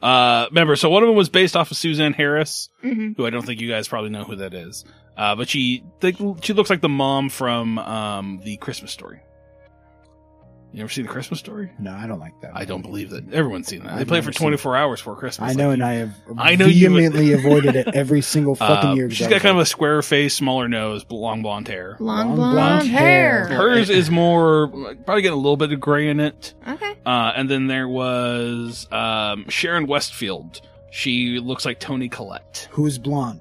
Uh, remember, so one of them was based off of Suzanne Harris,
Mm-hmm.
who I don't think you guys probably know who that is. Uh, but she they, she looks like the mom from um, the Christmas Story. You ever seen the Christmas Story?
No, I don't like that.
I don't believe that everyone's seen that. They
I've
play it
never
for
seen
24 hours before Christmas.
I know, and I have
I know you would-
vehemently avoided it every single fucking
Uh,
year.
She's got kind of a square face, smaller nose, bl- long blonde hair.
Long,
Long
blonde,
blonde
hair.
hair.
Hers is more like, probably got a little bit of gray in it.
Okay.
Uh, and then there was um, Sharon Westfield. She looks like Tony Collette.
who's blonde.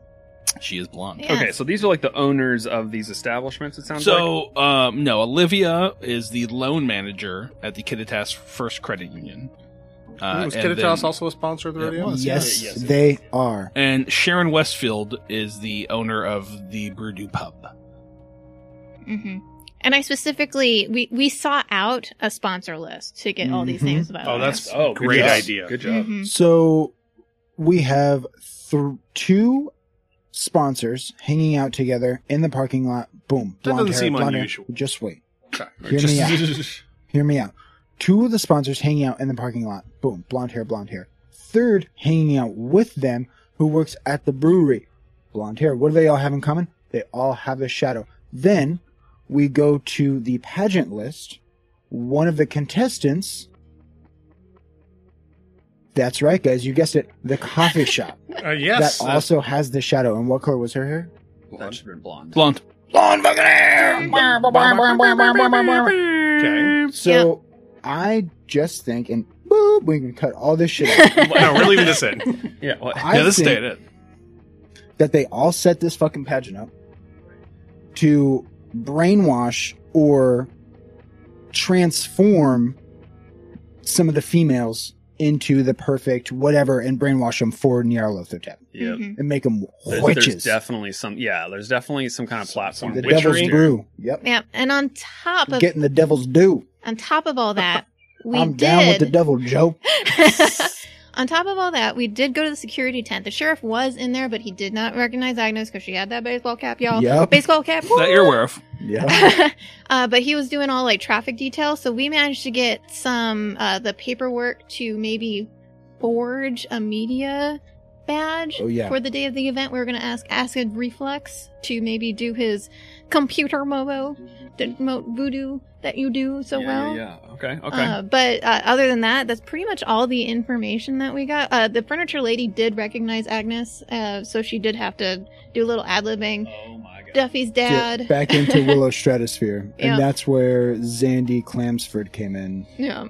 She is blonde.
Yeah.
okay, so these are like the owners of these establishments. It sounds like.
So um, no, Olivia is the loan manager at the Kittitas First Credit Union. Uh,
was
and
Kittitas
then-
also a sponsor of the
Yeah, it
rodeo?
[LAUGHS]
was.
yes,
yes.
they are.
And Sharon Westfield is the owner of the Brew Pub.
hmm And I specifically we we sought out a sponsor list to get all these
Mhm.
names about.
Oh,
us.
that's
Oh, good
great
job.
idea.
Good job.
Mm-hmm.
Mhm.
So we have th- two sponsors hanging out together in the parking lot. Boom.
That
Blonde
doesn't
hair,
seem
blonde hair.
unusual.
Just wait.
Okay.
Hear me out. Hear me out. Two of the sponsors hanging out in the parking lot. Boom, blonde hair, blonde hair. Third, hanging out with them, who works at the brewery. Blonde hair. What do they all have in common? They all have a shadow. Then we go to the pageant list. One of the contestants That's right, guys. You guessed it. The coffee shop
[LAUGHS] Uh, yes.
that
that's
also has the shadow. And what color was her hair?
That should have been blonde.
Blonde.
Blonde fucking hair.
okay.
So I just think, and boop, we can cut all this shit. Out.
no, we're leaving this in.
[LAUGHS]
Yeah. What?
I
yeah, this
think
stayed it.
that they all set this fucking pageant up to brainwash or transform some of the females into the perfect whatever and brainwash them for Nyarlathotep
Yeah.
Mhm.
and make them
There's,
witches.
there's definitely some. Yeah. There's definitely some kind of platform.
the
witchery.
devil's brew. Yep.
Yeah, and on top of
Getting the devil's due.
on top of all that, we
I'm
did
down with the devil, Joe.
[LAUGHS] on top of all that, we did go to the security tent. The sheriff was in there, but he did not recognize Agnes because she had that baseball cap, y'all.
Yep.
Baseball cap.
That
[LAUGHS]
you're aware of.
Yeah.
uh, but he was doing all like traffic details, so we managed to get some uh, the paperwork to maybe forge a media badge
Oh, yeah.
for the day of the event. We were going to ask Acid Reflux to maybe do his computer mobo, the mo- voodoo that you do so
Mm-hmm. yeah,
well.
Yeah, yeah. Okay. Okay.
Uh, but uh, other than that, that's pretty much all the information that we got. Uh, the furniture lady did recognize Agnes, uh, so she did have to do a little ad libbing.
oh my god.
Duffy's dad.
Get back into
[LAUGHS]
Willow Stratosphere.
Yeah.
And that's where Zandy Clamsford came in
yeah.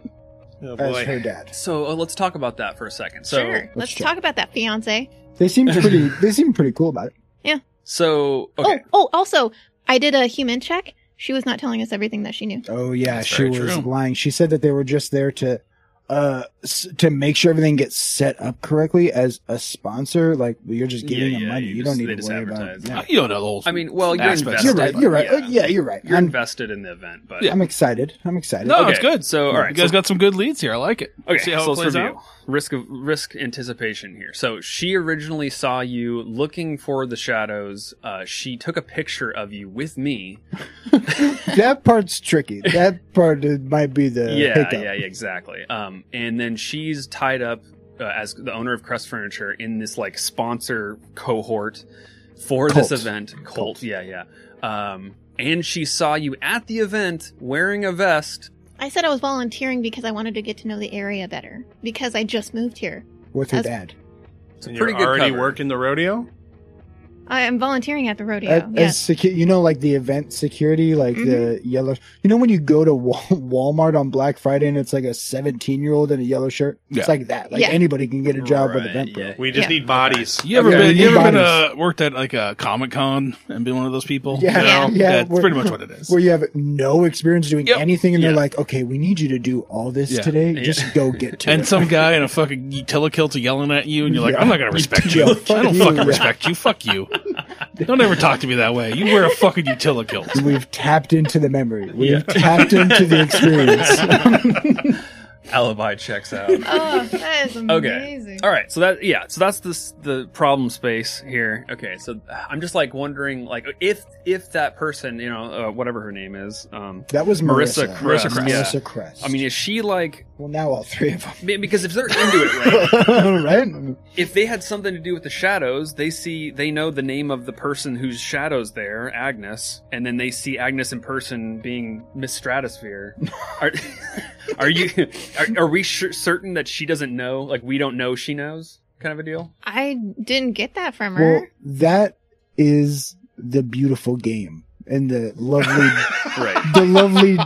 Oh,
as
boy.
her dad.
so uh, let's talk about that for a second. So
sure. Let's
check.
talk about that fiance.
[LAUGHS]
They seem pretty. they seem pretty cool about it.
so okay.
Oh, oh, also, I did a human check. She was not telling us everything that she knew.
Oh yeah,
That's
she
very
was
true.
lying. She said that they were just there to, uh, s- to make sure everything gets set up correctly as a sponsor. Like you're just giving
Yeah,
them
yeah,
money.
you
You
just-
don't
they
need to
just
worry about
advertise.
it. Yeah.
You don't know the whole
I mean, well, you're
Aspects.
invested.
You're right.
but-
You're right.
Yeah.
Oh, yeah, you're right.
You're
I'm,
invested in the event, but
Yeah.
I'm excited. I'm excited.
No,
Okay,
it's good.
so, all right,
You guys
so-
got some good leads here. I like it.
Okay,
See how
so
it plays
let's
out.
review. Risk of risk anticipation here. So she originally saw you looking for the shadows. Uh, she took a picture of you with me.
that
[LAUGHS]
part's tricky. That part is- might be the
yeah,
hiccup.
yeah, yeah, exactly. Um, and then she's tied up uh, as the owner of Crest Furniture in this like sponsor cohort for
Cult.
this event. Cult.
Cult.
Yeah, yeah. Um, and she saw you at the event wearing a vest.
I said I was volunteering because I wanted to get to know the area better because I just moved here.
With her
As-
dad.
It's a
And
pretty
you're
good
already
cover.
working the rodeo?
I am volunteering at the rodeo.
As- Uh, as
yes.
secu- you know, like the event security, like the yellow. You know when you go to Wal- Walmart on Black Friday and it's like a 17 year old in a yellow shirt.
Yeah.
It's like that. Like
Yeah.
anybody can get a job with
Right,
event pro.
yeah.
We just
Yeah.
need bodies.
You ever
Okay.
been? You ever been
Bodies.
uh, worked at like a comic con and been one of those people?
Yeah,
Yeah.
yeah,
That's
we're-
pretty much what it is.
where you have no experience doing
Yep.
anything and
Yeah.
they're like okay we need you to do all this
Yeah.
today
Yeah.
just go
[LAUGHS]
get to
And
it
some guy in a fucking telekilt yelling at you, and you're like,
Yeah.
"I'm not gonna respect you.
[LAUGHS] Yeah,
I
fuck
don't
you,
fucking
yeah.
respect you. Fuck you. Don't ever talk to me that way. You wear a fucking utilikilt.
we've tapped into the memory we've
Yeah.
tapped into the
[LAUGHS]
experience
Alibi checks
[LAUGHS]
out.
Oh, that is amazing.
All right, so that yeah, so that's this the problem space here. Okay, so I'm just like wondering, like if if that person, you know, uh, whatever her name is, um,
that was
Marissa
marissa
Crest, yeah.
marissa crest, marissa crest.
I mean, is she like
well now all three of them
be- because if they're into it, right?
[LAUGHS] right
if they had something to do with the shadows, they see they know the name of the person whose shadows there, Agnes, and then they see Agnes in person being Miss
[LAUGHS]
Stratosphere. Are, [LAUGHS] are you are, are we sure, certain that she doesn't know? Like we don't know she knows, kind of a deal.
I didn't get that from her.
well that is the beautiful game and the lovely
Right.
the lovely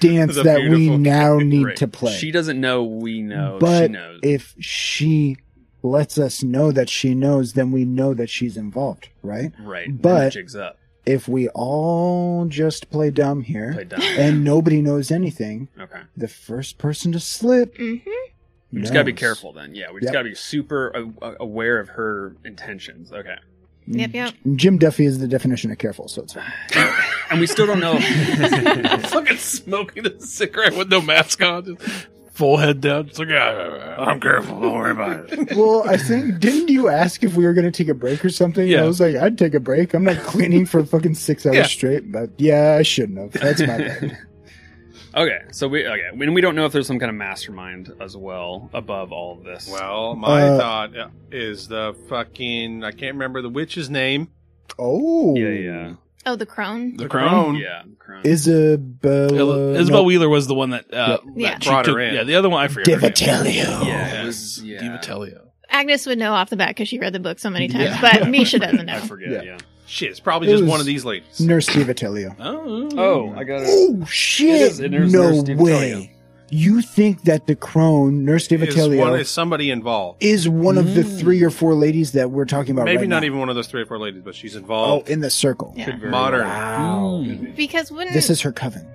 dance
The
that we
beautiful
now need
Right.
to play
She doesn't know we know. she
But
knows.
if she lets us know that she knows, then we know that she's involved, right?
right. then
but-
it jigs up.
If we all just play dumb here
Play dumb.
and nobody knows anything,
okay.
the first person to slip.
hmm
We just gotta be
knows.
careful then. Yeah, we just
Yep.
gotta be super a- aware of her intentions. Okay.
Yep, yep.
Jim Duffy is the definition of careful, so it's fine.
And we still don't know.
[LAUGHS]
[LAUGHS]
I'm fucking [LAUGHS] smoking a cigarette with no mask on, just full head down. It's like, "Ah, I'm careful. Don't worry about it.
well, I think didn't you ask if we were going to take a break or something?
Yeah.
I was like, I'd take a break. I'm not cleaning for fucking six hours
Yeah.
straight, but yeah, I shouldn't have. That's my bad.
okay, so we okay, and we don't know if there's some kind of mastermind as well above all of this.
[LAUGHS] Well, my
Uh,
thought uh, is the fucking I can't remember the witch's name.
Oh,
Yeah, yeah.
Oh, the crone.
The, crone.
Yeah. Crone.
Isabella.
Isabel
no,
Wheeler was the one that, uh,
Yeah.
that she
Brought her
took-
in.
Yeah, the other one I forget. her name.
Yeah,
Divitelio.
it
Yes,
was- yeah.
Divitelio.
Agnes would know off the bat because she read the book so many times,
Yeah.
but
[LAUGHS]
Misha doesn't
I
know.
forget.
Yeah.
Yeah.
Shit, it's probably
It
just
was-
one of these ladies.
Nurse Divitelio.
Oh,
Oh, I got it.
Oh shit!
is- it is
no
Nurse Divitelio.
way. You think that the crone, Nurse
Is one
Divitelio,
is
is,
somebody involved?
one of the three or four ladies that we're talking about?
Maybe
right
not
now?
even one of those three or four ladies, but she's
Oh,
involved.
in the circle.
Yeah.
Could very
Modern.
well-
Wow.
Hmm.
Because wouldn't
This is her coven.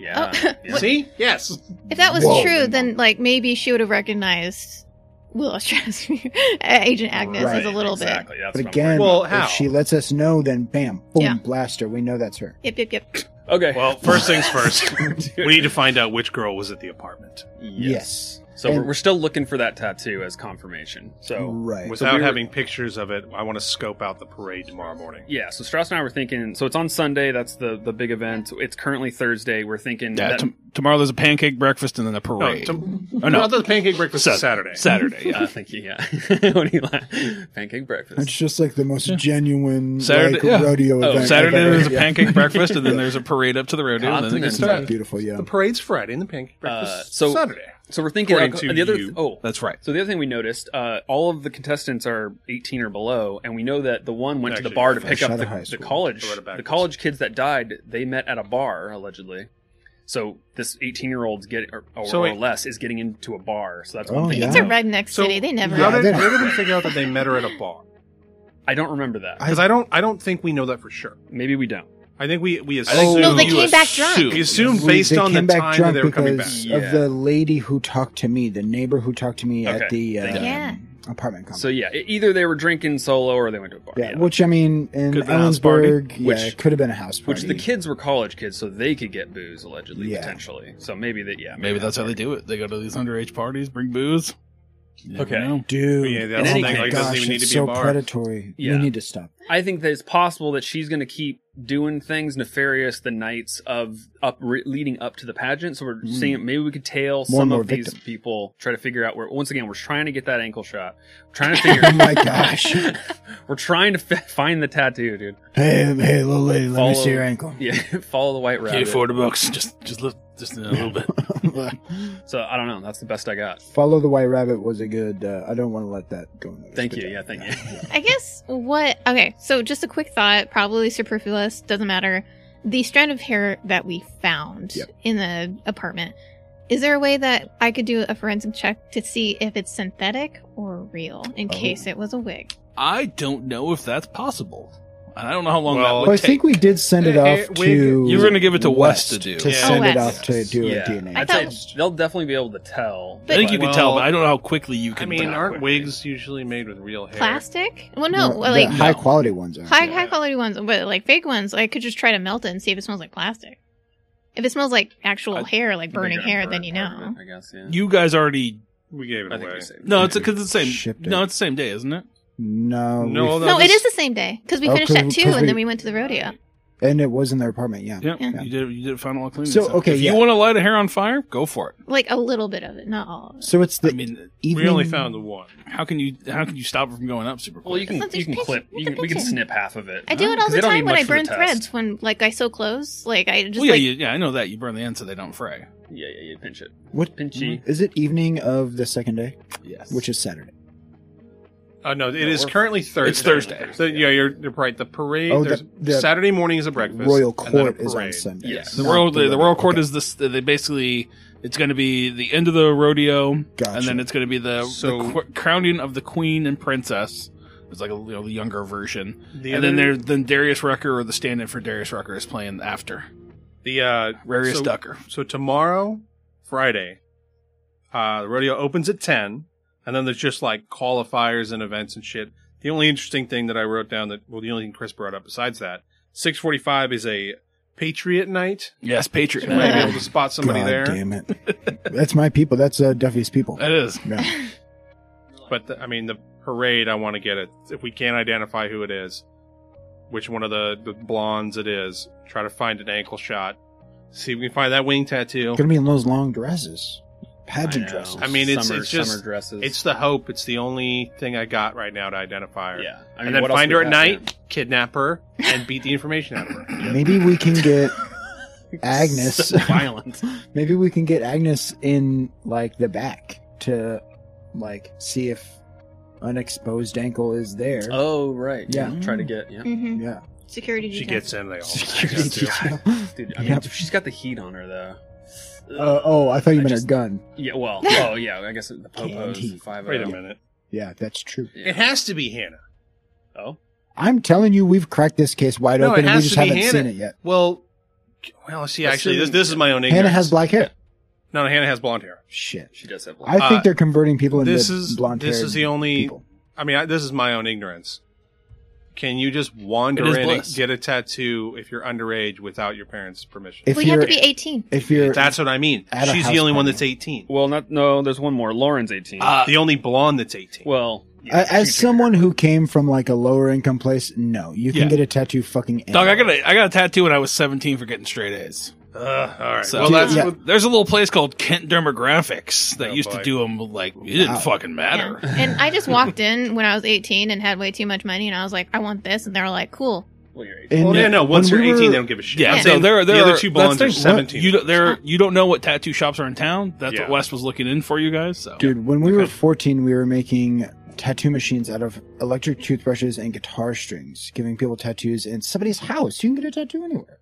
Yeah.
Oh, [LAUGHS]
yeah.
See, yes,
if that was
Whoa.
true, then like maybe she would have recognized Willis Strasberg, [LAUGHS] Agent Agnes,
Right,
as a little
exactly. That's what I'm
But
worried
again,
about.
Well, how?
if she lets us know, then bam, boom,
Yeah.
blaster. We know that's her.
bit. Yep, yep, yep.
okay.
Well, first things first.
Dude.
we need to find out which girl was at the apartment
Yes.
So we're,
And-
we're still looking for that tattoo as confirmation. So
Right.
without
we were-
having pictures of it. I want to scope out the parade tomorrow morning.
yeah, so Strauss and I were thinking. So it's on Sunday. That's the the big event. It's currently Thursday. We're thinking
Yeah,
that
tom- tomorrow there's a pancake breakfast and then a
No,
parade.
to,
Oh, no.
no, the pancake breakfast is Saturday.
Saturday, yeah.
[LAUGHS] Uh, thank you. Yeah. [LAUGHS] What do you like? Pancake
It's
breakfast.
just like the most genuine
Saturday-
like,
yeah.
rodeo
Oh,
event.
Saturday
I've ever-
there's a
[LAUGHS] yeah.
pancake breakfast and then there's a parade up to the rodeo and then it gets
Continental.
started.
pancake.
Beautiful,
[LAUGHS]
yeah.
The parade's Friday, and the pancake breakfast
Uh,
is
so-
Saturday.
So we're thinking.
According to
the other.
you.
oh,
That's right.
so the other thing we noticed, uh, all of the contestants are 18 or below, and we know that the one went to
Actually,
the bar to
from
pick up
Shadow
the,
High
the
School.
college.
I read it
The
backwards.
college kids that died, they met at a bar allegedly. So this 18 year old's get or, or,
So
or
wait.
less is getting into a bar. So that's
Oh,
one thing.
yeah.
It's a redneck city. they never.
How
Yeah, they
did,
don't.
how did we figure out that they met her at a bar?
I don't remember that.
Because I don't, I don't think we know that for sure.
Maybe we don't.
I think we we assume
I think
No, they
you
came back drunk.
assume-
we assumed
We-
based on the
came back
time that
drunk
they were coming back.
because
back.
of
Yeah.
the lady who talked to me, the neighbor who talked to me at
Okay,
the
thank
um,
you. Yeah.
apartment complex.
So yeah, e- either they were drinking solo or they went to a bar.
yeah, which I mean, in
Could've been a house
Ellensburg, yeah,
Which-
it could have been a house
Which
party.
the kids were college kids, so they could get booze allegedly,
Yeah.
potentially. So maybe that, yeah.
Maybe that's how they do it. They go to these underage parties, bring booze. You never
Okay.
know.
dude.
Yeah, the
oh
other thing,
my
like,
gosh,
doesn't even need
it's
to be
so
a bar.
predatory.
Yeah.
We need to stop.
I think that it's possible that she's going to keep doing things nefarious the nights of up re- leading up to the pageant. So we're
Mm.
seeing maybe we could tail
Hmm. More and
some
more
of these
victims.
people, try to figure out where. Once again, we're trying to get that ankle shot. trying
[LAUGHS]
to figure. [LAUGHS]
Oh my gosh.
we're trying to f- find the tattoo, dude. [LAUGHS]
Hey, hey, little lady, let me
Follow-
see
[LAUGHS]
your ankle. [LAUGHS]
Yeah, follow the white
Can't
rabbit.
afford the books. [LAUGHS] Just, just look, just a little bit.
So I don't know. That's the best I got.
Follow the White Rabbit was a good. Uh, I don't want to let that go. unnoticed,
Thank
but
you. Yeah, thank you.
I guess what okay, so just a quick thought, probably superfluous, doesn't matter. The strand of hair that we found
Yep.
in the apartment. Is there a way that I could do a forensic check to see if it's synthetic or real in
Oh.
case it was a wig?
[LAUGHS] I don't know if that's possible. And I don't know how long
Well,
that
Well,
would
I
take.
think we did send it
Eh,
off
eh, we-
to.
you were gonna give it to Wes to do.
to
Yeah.
send
Oh,
it
Wes.
off to do
yeah.
a DNA.
I
I'd
thought-
say they'll definitely be able to tell.
But-
I think you can
Well,
tell, but I don't know how quickly you can.
I mean,
tell
aren't
quickly.
wigs usually made with real hair?
Plastic? Well no, well,
the
like
high quality ones are.
[LAUGHS] high
Yeah.
high quality ones, but like fake ones, I could just try to melt it and see if it smells like plastic. If it smells like actual
I-
hair, like
They
burning
gotta
hair,
burn
then you
part of
know.
it, I guess. Yeah.
You guys already.
We gave it
I think
away.
we saved.
No,
it.
it's because it's the same.
Shipped it.
No, it's the same day, isn't it?
No,
No,
we-
although
No, it
this-
is the same day because we
Oh,
finished
'cause-
at two,
'cause
and
we-
then we went to the rodeo.
and it was in their apartment. Yeah,
Yep.
Yeah.
You did. You did final all clean.
So,
yourself.
okay,
if
yeah.
you want to light a hair on fire, go for it.
Like a little bit of it, not all. Of it.
so it's the
I mean,
evening.
We only found the one.
how can you? How can you stop it from going up super quick?
Well, you can
Something's
you can
pinching.
clip. You
Look
can,
at
we can
pinching.
snip half of it.
I do it all
'Cause
the
they don't need
time when
much
I
for the
burn
test.
threads when like I sew clothes. Like I just
Well, yeah,
like
you- yeah, I know that you burn the end so they don't fray.
Yeah, yeah, yeah. Pinch it.
What
Pinchy.
is it? Evening of the second day,
Yes,
which is Saturday.
Uh, no, it is
No, we're-
currently Thursday.
It's Thursday.
So, yeah, you're, you're right. The parade.
Oh, the-
there's,
the
Saturday morning is a breakfast.
Royal
and then a
court is on
parade.
Sunday.
yeah.
Yes.
The
Not
royal the, the royal court
okay.
is this. They basically it's going to be the end of the rodeo,
Gotcha.
and then it's going to be the,
So-
the qu- crowning of the queen and princess. It's like a you know, the younger version,
The
and then
other-
there then Darius Rucker or the stand-in for Darius Rucker is playing after
the uh,
Rarius
so-
Ducker.
So tomorrow, Friday, uh, the rodeo opens at ten, and then there's just like qualifiers and events and shit. The only interesting thing that I wrote down that well, the only thing Chris brought up besides that, six forty five is a Patriot night.
Yes, Patriot.
You might be
[LAUGHS]
able
Night.
to spot somebody
God
there,
Damn it! That's my people. That's uh, Duffy's people.
That is.
Yeah.
but the, I mean the parade. I want to get it if we can't identify who it is, which one of the, the blondes it is. Try to find an ankle shot. See if we can find that wing tattoo.
Gonna be in those long dresses. Pageant
know.
dresses.
I mean, it's-
summer,
it's just-
summer dresses.
It's the hope. It's the only thing I got right now to identify her.
yeah. I mean,
And then
what else
find
do
her
we
at
have
night,
here?
kidnap
[LAUGHS]
her, and beat the information out of her.
Maybe
[LAUGHS]
we can get
[LAUGHS]
Agnes.
So violent.
Maybe we can get Agnes in like the back to like see if an exposed ankle is there.
Oh right. Yeah.
Yeah.
Try to get. Yeah.
Mm-hmm.
Yeah.
Security
She
detail.
gets in. They all. [LAUGHS]
Security
Yeah, too.
detail.
Dude, I mean,
Yep.
she's got the heat on her though.
[LAUGHS] Uh, oh, I thought you
I
meant
just-
a gun.
Yeah. Well. Oh yeah. I guess the
Candy.
popos. Five.
Wait a minute.
Yeah, that's true.
It has to be Hannah.
Oh.
I'm telling you, we've cracked this case wide
No, it
open, and we
has
just
to be
haven't
Hannah.
seen it yet.
Well, well, see, actually, this,
Assuming-
this is my own ignorance.
Hannah has black hair.
no, no, Hannah has blonde hair.
Shit.
She does have.
I
Black.
Uh,
think they're converting people into
this is-
blonde
this is the only-
people.
I mean, I, this is my own ignorance. Can you just wander
It is
in and
bliss.
get a tattoo if you're underage without your parents' permission?
If
well, you
you're,
have to be 18.
if you're,
That's what I mean.
At a
She's
house
the only one
party.
that's 18.
well, not. No. There's one more. Lauren's eighteen.
Uh,
the only blonde that's 18.
well. yeah,
a-
she can
as
take
someone who came from like a lower income place, no, you can
Yeah.
get a tattoo fucking.
Dog, I
anywhere.
got a I got a tattoo when I was 17 for getting straight A's.
Ugh, all right.
So-
well, that's
Yeah.
what,
There's a little place called Kent Dermographics that
Oh,
used
boy.
to do them like it didn't
Wow.
fucking matter.
Yeah. And I just walked in when I was 18 and had way too much money, and I was like, I want this. And they were like, cool.
Well, you're eighteen.
And
well, Oh, yeah, no.
when
Once you're
we
18,
were-
they don't give a
[LAUGHS]
shit.
Yeah,
I'm
so
saying
there, there
the other
are,
two blondes are
that's the thing.
17.
You don't, there, you don't know what tattoo shops are in town. That's
Yeah.
what Wes was looking in for you guys. So
Dude, when we were
Okay.
14, we were making tattoo machines out of electric toothbrushes and guitar strings, giving people tattoos in somebody's house. You can get a tattoo anywhere,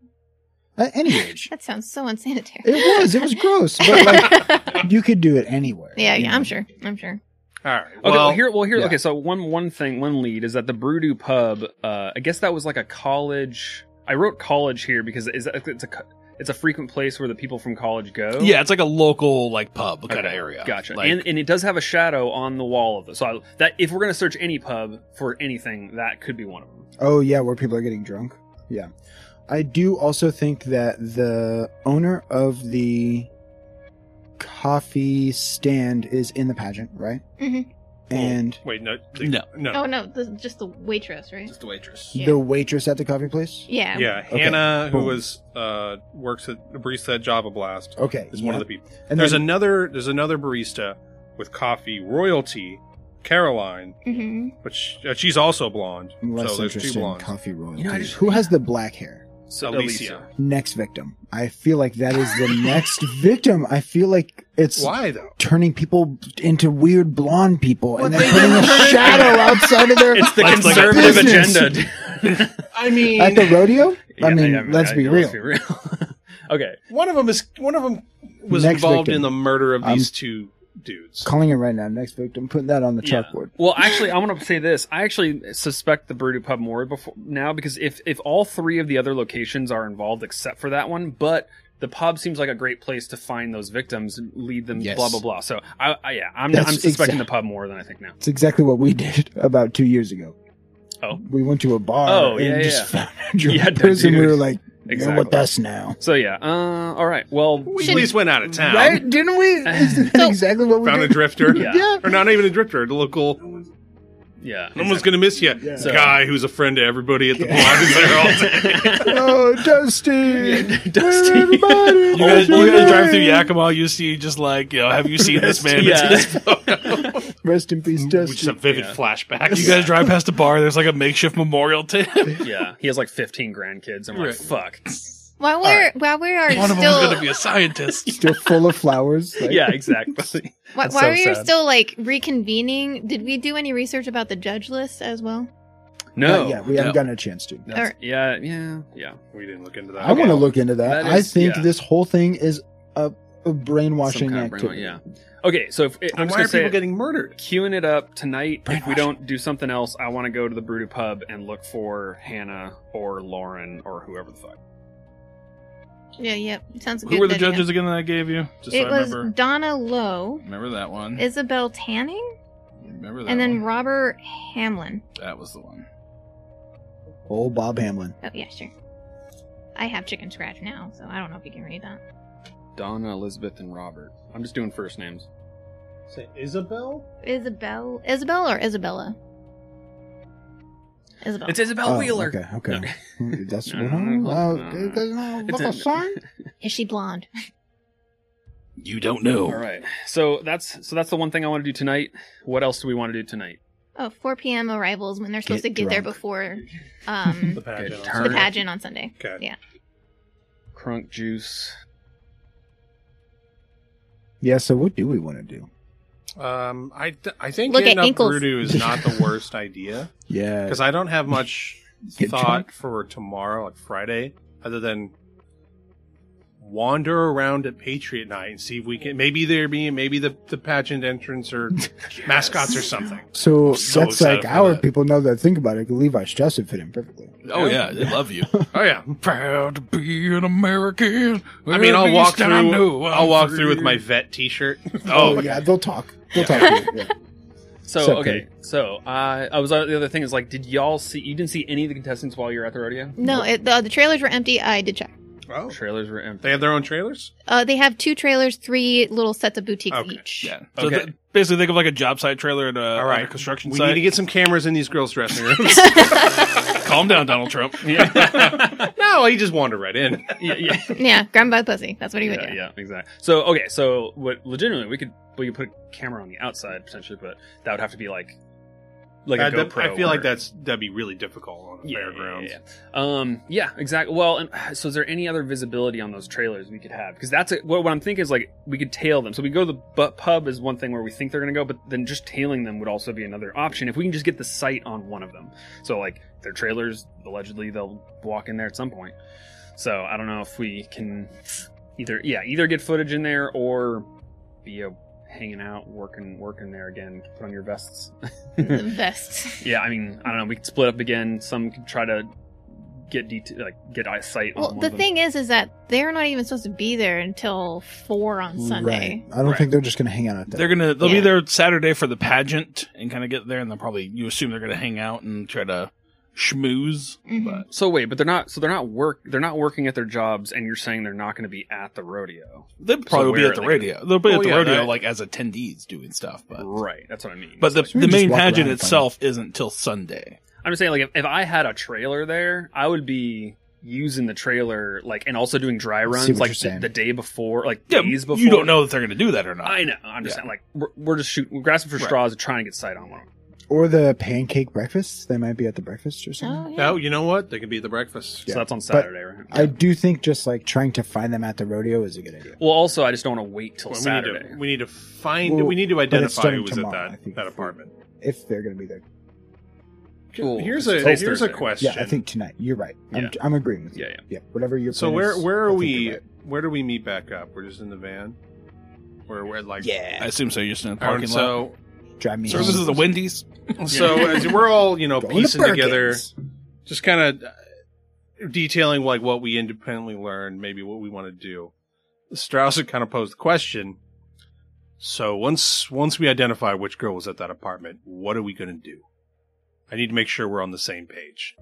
at any
[LAUGHS]
age.
That sounds so unsanitary.
it was, it was gross, but like you could do it anywhere.
[LAUGHS] yeah,
you
yeah,
know?
I'm sure. I'm sure.
all right.
Okay, well,
well,
here, well, here,
yeah.
okay. So one, one thing, one lead is that the Brewdoo Pub. Uh, I guess that was like a college. I wrote college here because it's a, it's a co- it's a frequent place where the people from college go.
yeah, it's like a local like pub kind of
Okay,
area.
Gotcha.
Like,
and and it does have a shadow on the wall of it. So I, that if we're gonna search any pub for anything, that could be one of them.
Oh yeah, where people are getting drunk. Yeah, I do also think that the owner of the coffee stand is in the pageant, right?
Mhm.
And
wait, no,
no,
no.
Oh, no, the, just the waitress, right?
Just the waitress.
Yeah.
the waitress at the coffee place.
Yeah.
Yeah,
Okay.
Hannah, who
Boom.
was uh, works at the barista at Java Blast,
Okay,
is one of the people.
the. And
there's
there's then,
another. There's another barista with coffee royalty, Caroline,
hmm
but sh uh, she's also blonde.
I'm less
so there's two
interested in
blondes.
coffee royalties.
You know, I just-
Who has the black hair?
So
Alicia.
Next victim. I feel like that is the [LAUGHS] next victim. I feel like it's
Why though?
turning people into weird blonde people and
Well,
then
they-
putting a shadow outside of their
It's the
That's like a
conservative
business. [LAUGHS]
agenda.
I mean,
at the rodeo. I
Yeah,
mean,
yeah,
let's
I-
be real.
real. [LAUGHS] okay.
one of them is one of them was
Next
involved
victim.
in the murder of
I'm-
these two dudes.
Calling it right now. Next victim. Putting that on the
Yeah.
chalkboard.
Well, actually, I'm going to say this. I actually suspect the Brewdoo Pub more before now because if if all three of the other locations are involved except for that one, but the pub seems like a great place to find those victims, and lead them,
Yes.
blah blah blah. So, I, I yeah, I'm, I'm
That's
suspecting
exact-
the pub more than I think now.
It's exactly what we [LAUGHS] did about two years ago.
Oh.
We went to a bar
Oh,
and
yeah, yeah,
just found a drunk
Yeah,
person. We
dude.
were like, you're with
Exactly.
us now.
So yeah, uh, all right. Well,
We
Should-
at least went out of town,
Right?
[LAUGHS]
Didn't we? Isn't that
So-
exactly what we
found a
did?
drifter,
Yeah.
or not even a drifter, the local.
yeah.
No one's gonna miss you,
Yeah.
The guy who's a friend to everybody at the bar. who's there all day.
[LAUGHS]
[LAUGHS]
oh, Dusty!
Dusty.
Everybody!
you guys, you guys drive through Yakima, you see just like you know, have you seen this man?
Yeah. [LAUGHS]
[LAUGHS]
It's- it's-
Rest in peace, Dusty.
Which is a vivid
Yeah.
flashback.
you guys drive past a bar. There's like a makeshift memorial to
[LAUGHS]
him.
yeah, he has like 15 grandkids. I'm like,
Right.
[LAUGHS]
fuck.
While we're while we are
One of them's
still
going to be a
[LAUGHS]
scientist.
Still full of flowers. like-
Yeah,
[LAUGHS]
exactly.
Why,
That's
why
so
are you
sad.
still like reconvening? Did we do any research about the judge list as well?
No.
Uh, yeah, we
No.
haven't gotten a chance to.
That's- yeah, yeah, yeah.
We didn't look into
I
that.
Okay.
want to look into that.
That
I
is-
think
yeah.
this whole thing is a, a brainwashing
Some kind of brainwa-
activity.
yeah. Okay, so if, I'm
And
just
why are
gonna
people
say,
getting murdered?
queuing it up tonight. If we don't do something else, I want to go to the Brewdoo Pub and look for Hannah or Lauren or whoever the fuck.
Yeah, yep. Sounds a good.
Who were the
video.
judges again that I gave you? Just so
It
I
was
remember.
Donna Lowe,
Remember that one.
Isabel Tanning,
Remember that
and then
one.
Robert Hamlin.
That was the one.
Old Bob Hamlin.
Oh yeah, sure. I have chicken scratch now, so I don't know if you can read that.
Donna, Elizabeth, and Robert. I'm just doing first names.
Say Isabel?
Isabel, Isabel or Isabella? Isabel.
It's Isabel
Oh,
Wheeler. Mm-hmm.
Okay, okay.
No.
Hmm,
[LAUGHS]
That's
No,
no,
no,
well,
no. [LAUGHS]
it doesn't
It's
look a
a-
sign.
Is she blonde?
You don't know.
All right. So that's so that's the one thing I want to do tonight. What else do we want to do tonight?
Oh, 4 p.m. arrivals when they're supposed
Get
to get there
drunk.
before
[LAUGHS]
um,
The pageant.
Good
the
turn.
pageant on Sunday.
Okay.
Crunk juice.
Yeah, so what do we want to do?
Um, I th- I think
Look at
getting up
ankles.
Rudu is not the worst
[LAUGHS]
idea
Yeah.
because I don't have much
Get
thought
drunk.
for tomorrow, like Friday, other than wander around at Patriot Night and see if we can. Maybe there be maybe the the pageant entrance or mascots or something.
So,
So
that's
excited
like
for
our
that.
people know that. Think about it. Levi Strauss would fit in perfectly.
Oh yeah, I love [LAUGHS] you.
Oh yeah,
Proud to be an American.
I mean, I'll
At
walk
least I know
through.
I'm
I'll walk through with
free.
my vet T-shirt.
Oh,
yeah, they'll talk. They'll talk. to you,
[LAUGHS]
yeah.
So
Except
okay. So uh, I was uh, the other thing is like, did y'all see? You didn't see any of the contestants while you were at the rodeo.
No, it, the, the trailers were empty. I did check.
Oh,
Trailers were empty.
they have their own trailers.
Uh, they have two trailers, three little sets of boutiques
Okay.
each.
Yeah. [LAUGHS] So
Okay.
th- basically, think of like a job site trailer at a,
All
at
right,
a construction
We
site.
need to get some cameras in these girls' dressing rooms.
Calm down, Donald Trump.
[LAUGHS] yeah.
no, he just wandered right in.
[LAUGHS] yeah, yeah,
Yeah, grab by the pussy. That's what he would
yeah,
do.
yeah, exactly. So okay, so what? Legitimately, we could we could put a camera on the outside potentially, but that would have to be like like
Uh,
a
that-
GoPro.
I feel like
or-
that's that'd be really difficult on a fairgrounds.
Yeah, yeah. Um, yeah, exactly. Well, and uh, so is there any other visibility on those trailers we could have? Because that's a, what, what I'm thinking is like we could tail them. So we go to the bu- pub is one thing where we think they're gonna go, but then just tailing them would also be another option if we can just get the sight on one of them. So like their trailers, allegedly they'll walk in there at some point. So I don't know if we can either yeah either get footage in there or be a hanging out working working there again. Put on your vests.
The best.
Yeah, I mean, I don't know. We could split up again. Some could try to get detail, like get eyesight. on
Well,
one
the
of them.
thing is, is that they're not even supposed to be there until four on
Right.
Sunday.
I don't
Right.
think they're just going to hang out at that.
They're gonna they'll be
Yeah.
there Saturday for the pageant and kind of get there, and they'll probably you assume they're gonna hang out and try to schmooze.
Mhm.
But
So wait, but they're not. So they're not work. They're not working at their jobs, and you're saying they're not going to be at the rodeo,
they probably will be at
where are
the
they
radio. They'll be
Oh,
at the
yeah,
rodeo
that-
like as attendees doing stuff, but
right? That's what I mean.
but the
So,
the
we can just
main
walk around
pageant
and find
itself isn't till Sunday.
I'm just saying, like, if, if I had a trailer there, I would be using the trailer, like, and also doing dry
what
runs,
you're
like the,
saying.
the day before, like
Yeah,
days before.
you don't know that they're gonna do that or not.
I know. I'm just
Yeah.
saying, like, we're, we're just shooting, we're grasping for
Right.
straws and trying to get sight on one.
or the pancake breakfast. They might be at the breakfast or something.
Oh, yeah.
No, you know what? They could be at the breakfast.
Yeah.
So that's on
But-
Saturday, right?
I do think just like trying to find them at the rodeo is a good idea.
well, also, I just don't want to wait till
Well, we, need
Saturday.
to, we need to find.
Well,
we need to
but it's
identify
starting
who was
tomorrow, I
at that
think.
that apartment.
If they're going to be there,
Cool.
Here's
It's
a
today's
here's a
Thursday.
question.
yeah, I think tonight. You're right. I'm,
Yeah.
I'm agreeing with you.
Yeah, yeah.
Yeah, whatever your.
so.
plan
Where
is,
where
I
are
think
we?
you're right.
Where do we meet back up? We're just in the van. We're, we're like
I
Yeah,
assume so. You're just in the
All right,
parking lot.
so
drive me.
So this
home.
is the Wendy's.
so as we're all you know
Going to
piecing together,
Perkins.
just kind of detailing like what we independently learned, maybe what we want to do. Strauss had kind of posed the question. So once once we identify which girl was at that apartment, what are we going to do? I need to make sure we're on the same page.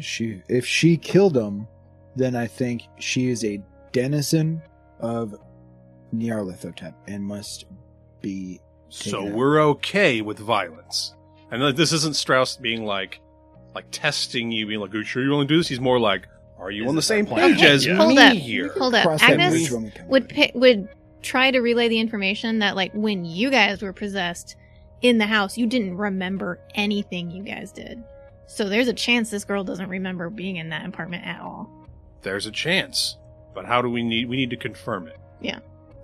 She, if she killed him, then I think she is a denizen of Nyarlathotep and must be.
So
Yeah.
we're okay with violence. And like, this isn't Strauss being like, like testing you, being like, "Are you sure you want to do this?" He's more like, "Are you
Is
on the
this
same
our plan?"
page as
Yeah.
Hold
me
up.
here?"
Hold up,
Cross that
Agnes
bridge when we come
would
to it.
pi- would try to relay the information that like when you guys were possessed in the house, you didn't remember anything you guys did. So there's a chance this girl doesn't remember being in that apartment at all.
There's a chance, but how do we need? We need to confirm it.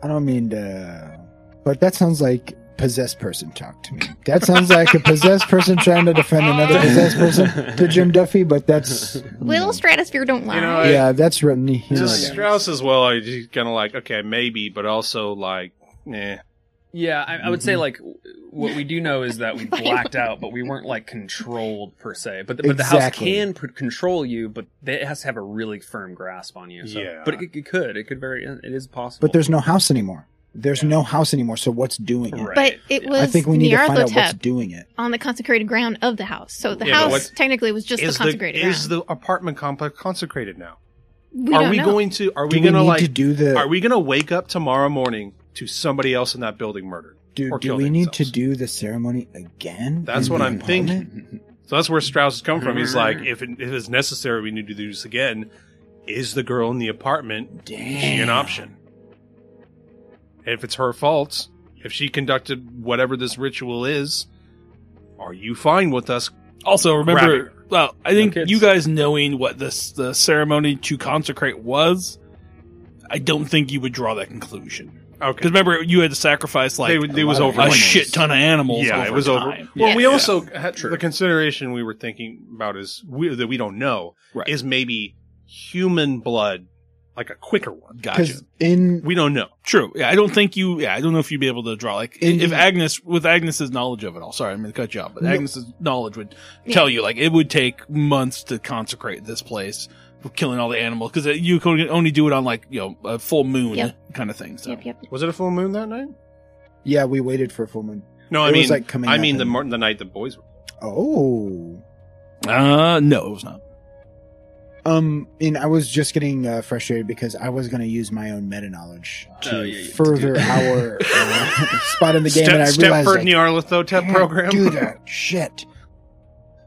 I don't mean to, but that sounds like possessed person talk to me. That sounds like a possessed person trying to defend another possessed person to Jim Duffy, but that's
Little stratosphere don't lie.
You know, I-
yeah, that's written here.
Just
Yeah.
Strauss as well. I just kind of like, okay, maybe, but also like, eh.
Yeah, I, I would
Mm-hmm.
say like w- what we do know is that
[LAUGHS]
we
Why
blacked out, but we weren't like controlled per se. But the, but
Exactly.
the house can pr- control you, but they, it has to have a really firm grasp on you. So.
Yeah.
but it, it could, it could very, it is possible.
But there's no house anymore. There's no house anymore. So what's doing it?
Right.
but it
Yeah.
was
I think we need to find out what's
Nyarlathotep
doing it.
on the consecrated ground of the house. So the
Yeah, but
house
what's-
technically was just the
is
consecrated ground.
is the apartment complex consecrated now?
we
are
don't
we
know.
going to? Are we
do we
going to
need
like?
to do the?
are we going to wake up tomorrow morning to somebody else in that building murdered?
do,
or
do
kill
we need to
themselves?
do the ceremony again?
That's
in
what
the
I'm thinking.
apartment?
So that's where Strauss is coming from. He's
Mm.
like, if it, if it's necessary, we need to do this again. Is the girl in the apartment
Damn.
she an option? if it's her fault, if she conducted whatever this ritual is, are you fine with us?
Also,
Grabbing
remember, well, I think
kids.
you guys knowing what this the ceremony to consecrate was, I don't think you would draw that conclusion. Because
Okay.
remember, you had to sacrifice like
They- it
a
was
lot of
over.
a
animals.
shit ton of animals.
Yeah,
over
it was over.
time.
Well, we
Yeah.
also had
True.
the consideration we were thinking about is we, that we don't know
Right.
is maybe human blood, like a quicker one.
Gotcha.
Because in
We don't know.
True. Yeah, I don't think you. Yeah, I don't know if you'd be able to draw like
Indeed.
if Agnes with Agnes's knowledge of it all. Sorry, I'm going to cut you off, but
No.
Agnes's knowledge would tell you like it would take months to consecrate this place, for killing all the animals because you could only do it on like you know a full moon
Yep.
kind of thing. So
Yep, yep.
Was it a full moon that night?
yeah, we waited for a full moon.
No,
It
I
was,
mean,
like, coming
I
up
mean the
in-
mor- the night the boys were.
Oh,
uh, no, it was not.
um, and I was just getting uh, frustrated because I was going to use my own meta knowledge to
Oh, yeah, yeah, to do
further
that.
our
[LAUGHS]
uh, spot in the game, and I
Stepford
realized I
Nyarlathotep
[LAUGHS] can't
program.
do that
[LAUGHS]
shit.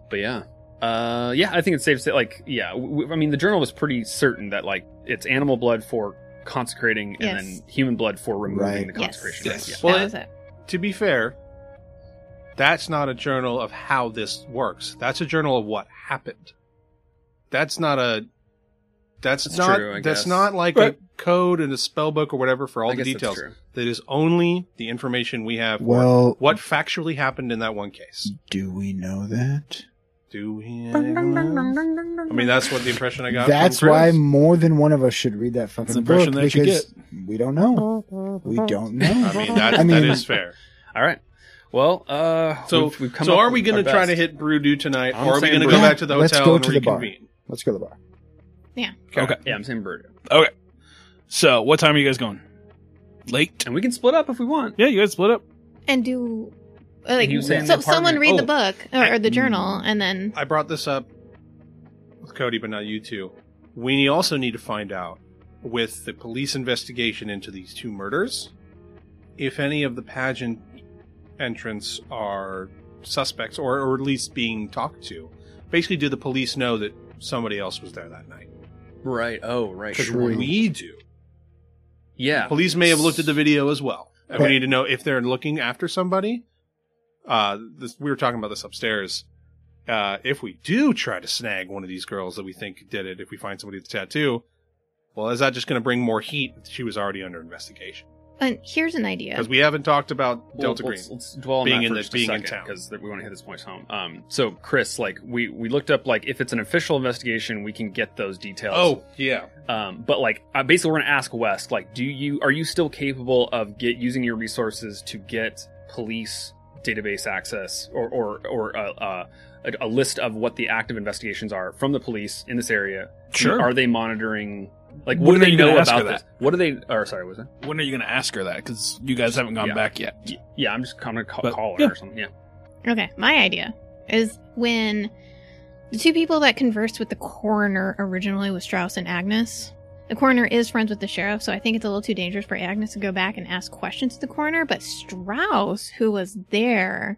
But yeah. Uh, yeah, I think it's safe to say, like, yeah. W- w- I mean, the journal was pretty certain that, like, it's animal blood for consecrating and
Yes.
then human blood for removing
Right.
the
Yes.
consecration. right?
Yes.
Yeah.
Well,
that
it-
was it.
to be fair, that's not a journal of how this works. That's a journal of what happened. That's not a. That's,
That's
not.
true, I
that's
guess.
not like
Right.
a code and a spell book or whatever for all
I
the
guess that's
details.
true.
That is only the information we have. for
Well,
what factually happened in that one case?
do we know that?
Do we? I mean, that's what the impression I got. from
That's
Chris.
why more than one of us should read that
That's
fucking
the impression
book
that you
because
get.
we don't know.
[LAUGHS]
We don't know.
I mean, that,
I mean-
that is fair.
All right. Well, uh,
So,
we've, we've come
so
up
are
with
we going
our
to try
best.
to hit Brudu tonight,
I'm
or are we
saying
going to go
Brew.
back to the
Let's
hotel
go
and
to the bar.
reconvene?
Let's go to the bar.
Okay.
Yeah, I'm saying bird.
So what time are you guys going? Late.
And we can split up if we want.
Yeah, you guys split up.
And do uh, like
You were saying
so
the
someone
apartment-
read the
oh,
book or, or the journal
Mm.
and then
I brought this up with Cody, but not you two. We also need to find out with the police investigation into these two murders if any of the pageant entrants are suspects or, or at least being talked to. Basically, do the police know that somebody else was there that night?
Right. Oh, right.
Because
True.
we do.
Yeah.
Police may have looked at the video as well. And we
Okay.
need to know if they're looking after somebody. Uh, this, we were talking about this upstairs. Uh, if we do try to snag one of these girls that we think did it, if we find somebody with a tattoo, well, is that just going to bring more heat? She was already under investigation
and uh, here's an idea.
because we haven't talked about
Well,
Delta
let's,
Green.
let's dwell on
being
that
in
for
the-
just
being
a
in
second
town.
because we want to hit this point home. Um, so Chris, like we we looked up like if it's an official investigation, we can get those details.
Oh yeah,
Um, but like uh, basically, we're gonna ask West, like, do you are you still capable of get using your resources to get police database access or or or uh, uh, a, a list of what the active investigations are from the police in this area? Are they monitoring? Like, what
When
do
are
they
you gonna
know
ask
about
her
this? What do they? Or sorry, was it?
When are you going to ask her that? Because you guys haven't gone
Yeah.
back yet.
Y- Yeah, I'm just gonna call,
But-
call her
yeah.
or something. Yeah.
Okay, my idea is when the two people that conversed with the coroner originally was Strauss and Agnes. The coroner is friends with the sheriff, so I think it's a little too dangerous for Agnes to go back and ask questions to the coroner. But Strauss, who was there,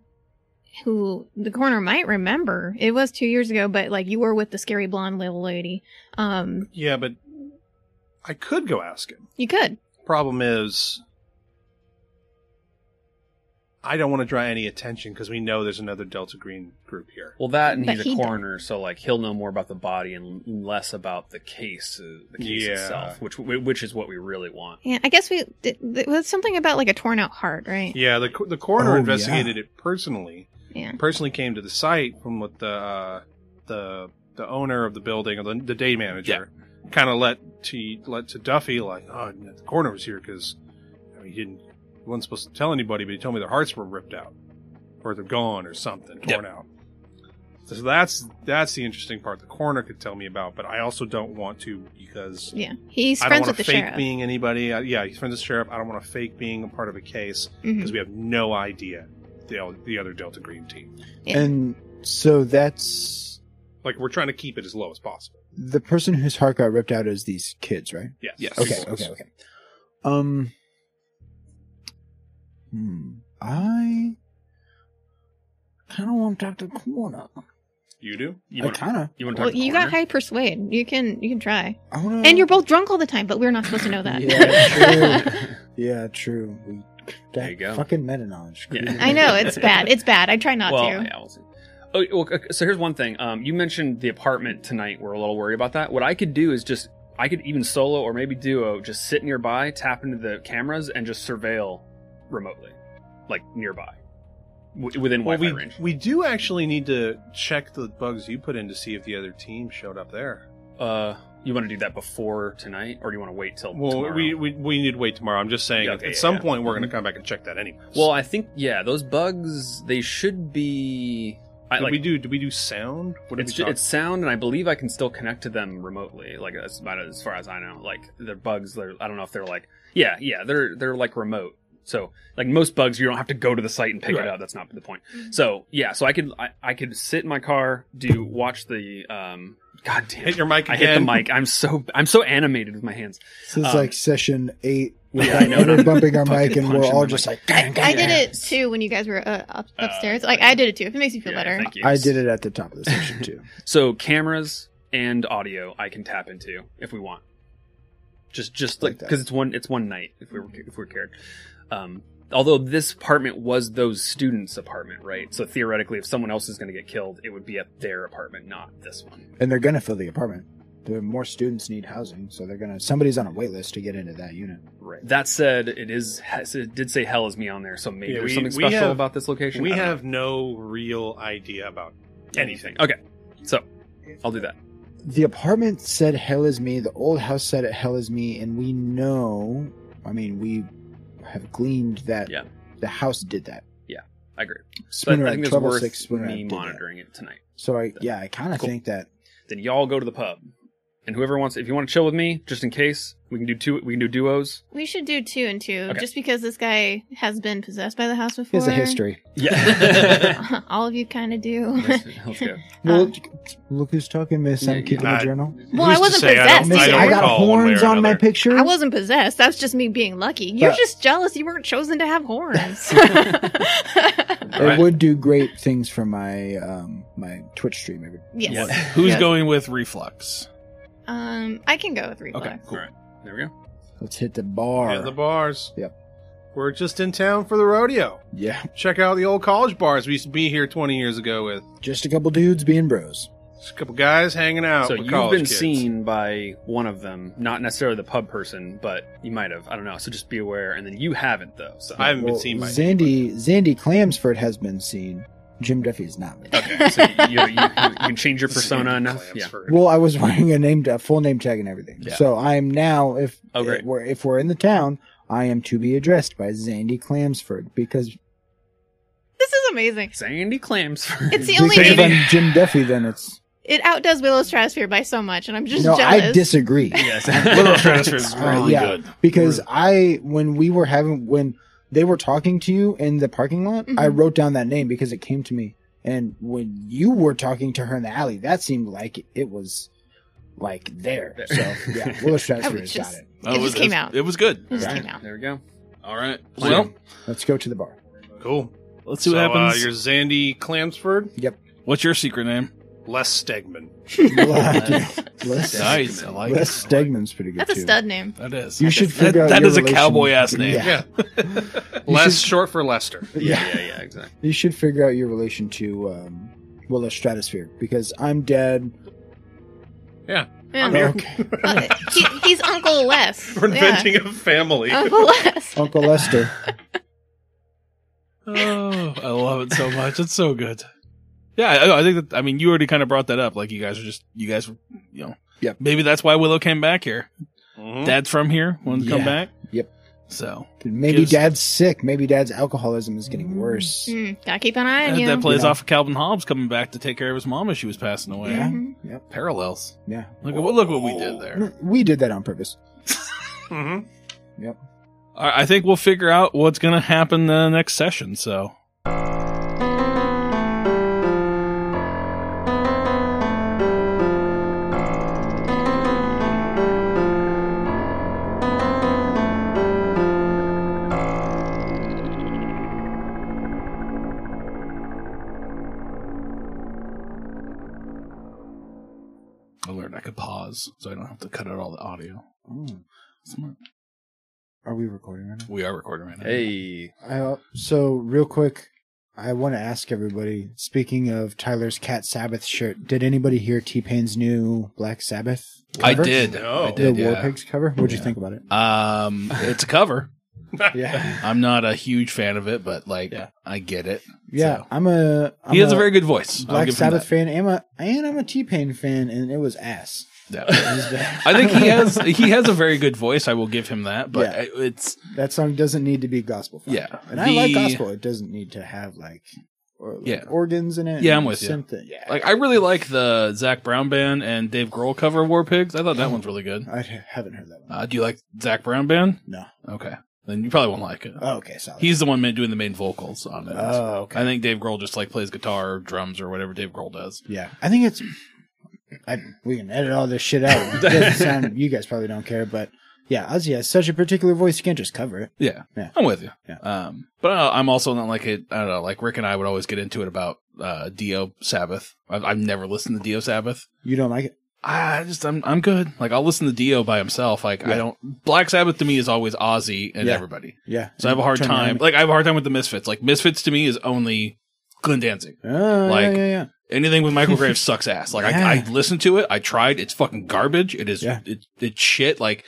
who the coroner might remember, it was two years ago, but like you were with the scary blonde little lady. Um,
yeah, but I could go ask him.
you could.
Problem is, I don't want to draw any attention because we know there's another Delta Green group here.
Well, that and
But
he's
he
a
don't.
coroner, so like he'll know more about the body and l- less about the case, uh, the case
Yeah.
itself, which which is what we really
[LAUGHS]
want.
Yeah, I guess we. It, it was something about like a torn out heart, right?
Yeah, the co- the coroner
Oh,
investigated it personally.
Yeah.
Personally came to the site from what the uh, the the owner of the building or the, the day manager kind of let to let to Duffy like, oh, the coroner was here because he didn't he wasn't supposed to tell anybody, but he told me their hearts were ripped out or they're gone or something torn out. So that's that's the interesting part the coroner could tell me about, but I also don't want to because
Yeah. He's
I don't
friends
want
with
to
the
fake
sheriff.
being anybody. I, yeah, he's friends with the sheriff. I don't want to fake being a part of a case
Mhm.
because we have no idea the el- the other Delta Green team.
Yeah.
And so that's
Like we're trying to keep it as low as possible.
the person whose heart got ripped out is these kids, right?
Yes.
Yes.
Okay, okay, okay. Um, hmm, I kind of want to talk to the coroner.
You do?
You
I
want,
kind of.
you want to talk
Well,
to the
you got
coroner?
high persuade. You can you can try.
I want
And you're both drunk all the time, but we're not supposed to know that.
Mm.
[LAUGHS]
Yeah, true. yeah, true. We, that
There you go.
Fucking meta knowledge.
Yeah.
Screw
I know it's bad. It's bad. I try not
well,
to.
yeah, we'll see. Oh, well, okay, so here's one thing. Um, you mentioned the apartment tonight. We're a little worried about that. What I could do is just I could even solo or maybe duo just sit nearby, tap into the cameras, and just surveil remotely, like nearby, w- within
Well,
Wi-Fi
we,
range.
we do actually need to check the bugs you put in to see if the other team showed up there.
Uh, you want to do that before tonight, or do you want to wait till
Well,
tomorrow?
we, we we need to wait tomorrow. I'm just saying,
Yeah,
at-
okay,
at
yeah,
some
yeah.
point, we're going to come back and check that anyway.
well, I think yeah, those bugs they should be. I,
did
like,
we do? Did we do sound? What did
it's,
we
ju-
talk-
it's sound, and I believe I can still connect to them remotely. Like that's about it, as far as I know. Like their bugs, they're I don't know if they're like yeah, yeah, they're they're like remote. So like most bugs, you don't have to go to the site and pick
Right.
it up. That's not the point.
Mm-hmm.
So yeah, so I could I, I could sit in my car, do watch the um. God damn!
hit your mic
I
again.
hit the mic. I'm so I'm so animated with my hands.
This is
Um,
like session eight.
[LAUGHS]
With
Yeah, I
that
know, and
ever
I'm
bumping
[LAUGHS]
our
fucking
mic, and we're
punching
all
my
just
mic.
like, dang, dang,
I did
dang.
it too when you guys were uh, up,
Uh,
upstairs. like I did it too. If it makes you feel
Yeah,
better.
thank you.
I did it at the top of the session too. [LAUGHS]
So cameras and audio I can tap into if we want. Just just like
Like that.
because it's one it's one night if we were if we cared. Um, although this apartment was those students' apartment, right? So theoretically, if someone else is going to get killed, it would be at their apartment, not this one.
and they're gonna fill the apartment. The more students need housing, so they're gonna. Somebody's on a wait list to get into that unit.
Right. That said, it is it did say hell is me on there, so maybe
Yeah,
there's
we-
something
we
special
have-
about this
[LAUGHS]
location.
we
I don't
have no real idea about
know. anything. Okay, so I'll do that.
The apartment said "Hell is me." The old house said it "Hell is me," and we know. I mean, we have gleaned that
Yeah.
the house did that.
I agree. So I,
Spooner
I
at
think it's
Trouble
worth
Six. Spooner at
me
did that.
monitoring it tonight.
So I, yeah, I kind of
Cool.
think that
then y'all go to the pub. And whoever wants, if you want to chill with me, just in case, we can do two. We can do duos.
We should do two and two,
Okay.
just because this guy has been possessed by the house before.
is a history.
[LAUGHS] Yeah.
[LAUGHS] All of you kind of do.
[LAUGHS]
Let's let's go.
Well,
Um,
t- look who's talking, Miss.
Yeah,
I'm keeping
yeah.
a journal.
Well, I
Who's to
wasn't
say? I don't-
possessed.
Miss,
I
I,
don't
got
recall one way
horns
or
on my
another.
picture.
I wasn't possessed. That's just me being lucky.
Mm-hmm.
You're
But-
just jealous. You weren't chosen to have
[LAUGHS]
horns. [LAUGHS]
It
All right.
would do great things for my um my Twitch stream. every-
yes.
Yeah.
Who's
Yes.
going with
[LAUGHS]
reflux?
Um, I can go with reflux.
Okay, cool.
All right. There we go.
Let's hit the bar.
Yeah, the bars.
Yep.
We're just in town for the rodeo.
yeah,
Check out the old college bars we used to be here 20 years ago with.
just a couple dudes being bros.
Just a couple guys hanging out.
so
with
you've
Oh, college
been
kids.
seen by one of them, not necessarily the pub person, but you might have. I don't know. So just be aware. And then you haven't though. So
I haven't been seen by
Zandy Zandy Clamsford has been seen. Jim Duffy has not been.
Okay. So you, you, you, you can change your persona
Sandy
enough. Yeah.
Clamsford.
Well, I was [LAUGHS] wearing a name, a full name tag, and everything.
Yeah.
So I'm now, if
Oh, great.
if we're if we're in the town, I am to be addressed by Zandy Clamsford because
This is amazing.
Sandy
[LAUGHS]
Clamsford.
It's the only
because if
name.
I'm Jim Duffy, then it's
It outdoes Willow Stratosphere by so much, and I'm just
no.
jealous.
I disagree.
[LAUGHS] yes.
Little Stratosphere is
Oh,
Uh,
really
yeah.
good.
because I when we were having when they were talking to you in the parking lot, I
Mhm.
wrote down that name because it came to me. And when you were talking to her in the alley, that seemed like it was like there.
There.
So
[LAUGHS]
yeah, Willis
I
Stratosphere
was
has got
just-
it.
It just came out.
It was good.
It just
Right.
came out.
There we go.
All right.
So,
Well,
let's go to
[LAUGHS]
the bar.
cool.
let's see what
So,
happens.
Uh, you're Zandy Clamsford,
What's your secret name?
Les Stegman.
Let's
Nice. I like it.
Stegman's pretty good
That's a
too.
stud name.
That is.
You should
That,
figure out
that
your
is a
relation-
cowboy ass name.
Yeah.
[LAUGHS]
Les,
should-
short for Lester.
Yeah. Yeah. Yeah. Exactly.
You should figure out your relation to um, Willis Stratosphere because I'm dead.
Yeah.
I'm here.
[LAUGHS]
[LAUGHS]
Okay.
Uh, he, he's Uncle Les.
We're
Yeah.
inventing a family.
Uncle Les.
Uncle Lester.
[LAUGHS] Oh, I love it so much. It's so good. Yeah, I, I think that. I mean, you already kind of brought that up. Like, you guys are just, you guys, were, you know,
Yep.
Maybe that's why Willow came back here.
Mhm.
Dad's from here. Wanted to come
Yeah.
back.
Yep.
So
Maybe
Gives-
dad's sick. Maybe dad's alcoholism is getting worse.
Mm, gotta keep an eye on
that,
you.
that plays
Yeah.
off of Calvin Hobbs coming back to take care of his mom as she was passing away.
Yeah.
Mhm.
Parallels.
Yeah.
Look, at what look what we did there.
Mm, We did that on purpose.
Mhm.
All right, I think we'll figure out what's going to happen the next session. So. I learned I could pause, so I don't have to cut out all the audio. Hmm,
Oh,
Smart.
are we recording right now?
We are recording right now.
Hey,
I, so real quick, I want to ask everybody. Speaking of Tyler's Cat Sabbath shirt, did anybody hear T Pain's new Black Sabbath?
I
cover?
did.
No.
I
The
did.
War
Yeah.
Pigs cover. What'd you
Yeah.
think [LAUGHS] about it?
Um, it's a cover. [LAUGHS]
Yeah,
I'm not a huge fan of it, but like
Yeah.
I get it.
yeah.
So-
I'm a. I'm
he has a, very good voice. I'll
Black
give him
Sabbath
that.
fan, and, a, and I'm a T Pain fan, and it
[LAUGHS]
was ass.
Yeah.
He's the-
I think he has he has a very good voice. I will give him that, but
Yeah.
I- it's
that song doesn't need to be gospel. funk.
Yeah.
and I like
The-
gospel. It doesn't need to have like, or, like,
Yeah.
organs in it.
Yeah, I'm
and
with you.
synth in- Yeah,
like I really like the Zach Brown band and Dave Grohl cover of War Pigs. I thought that one's really good.
I haven't heard that one.
Uh, do you like Zach Brown band?
No.
Okay, then you probably won't like it.
Oh, okay, solid.
He's the one ma- doing the main vocals on it.
oh, okay.
I think Dave Grohl just like plays guitar or drums or whatever Dave Grohl does.
Yeah, I think it's. I, we can edit all this
[LAUGHS]
shit out. It doesn't sound. You guys probably don't care, but yeah, Ozzy has such a particular voice. You can't just cover it.
Yeah,
Yeah.
I'm with you.
Yeah.
Um, but uh, I'm also not like it. I don't know. Like Rick and I would always get into it about uh, Dio Sabbath. I've, I've never listened to Dio Sabbath.
You don't like it.
I I just I'm I'm good. Like I'll listen to Dio by himself. Like
Yeah.
I don't. Black Sabbath to me is always Ozzy and
Yeah.
everybody.
Yeah.
So I have a hard
Turn around.
time. Like I have a hard time with the Misfits. Like Misfits to me is only Glenn Danzig.
Oh,
like-
yeah, yeah, yeah.
Anything with
[LAUGHS]
Michael Graves sucks ass. Like I,
Yeah.
I listened to it. I tried. It's fucking garbage. It is.
Yeah.
It, it's shit. Like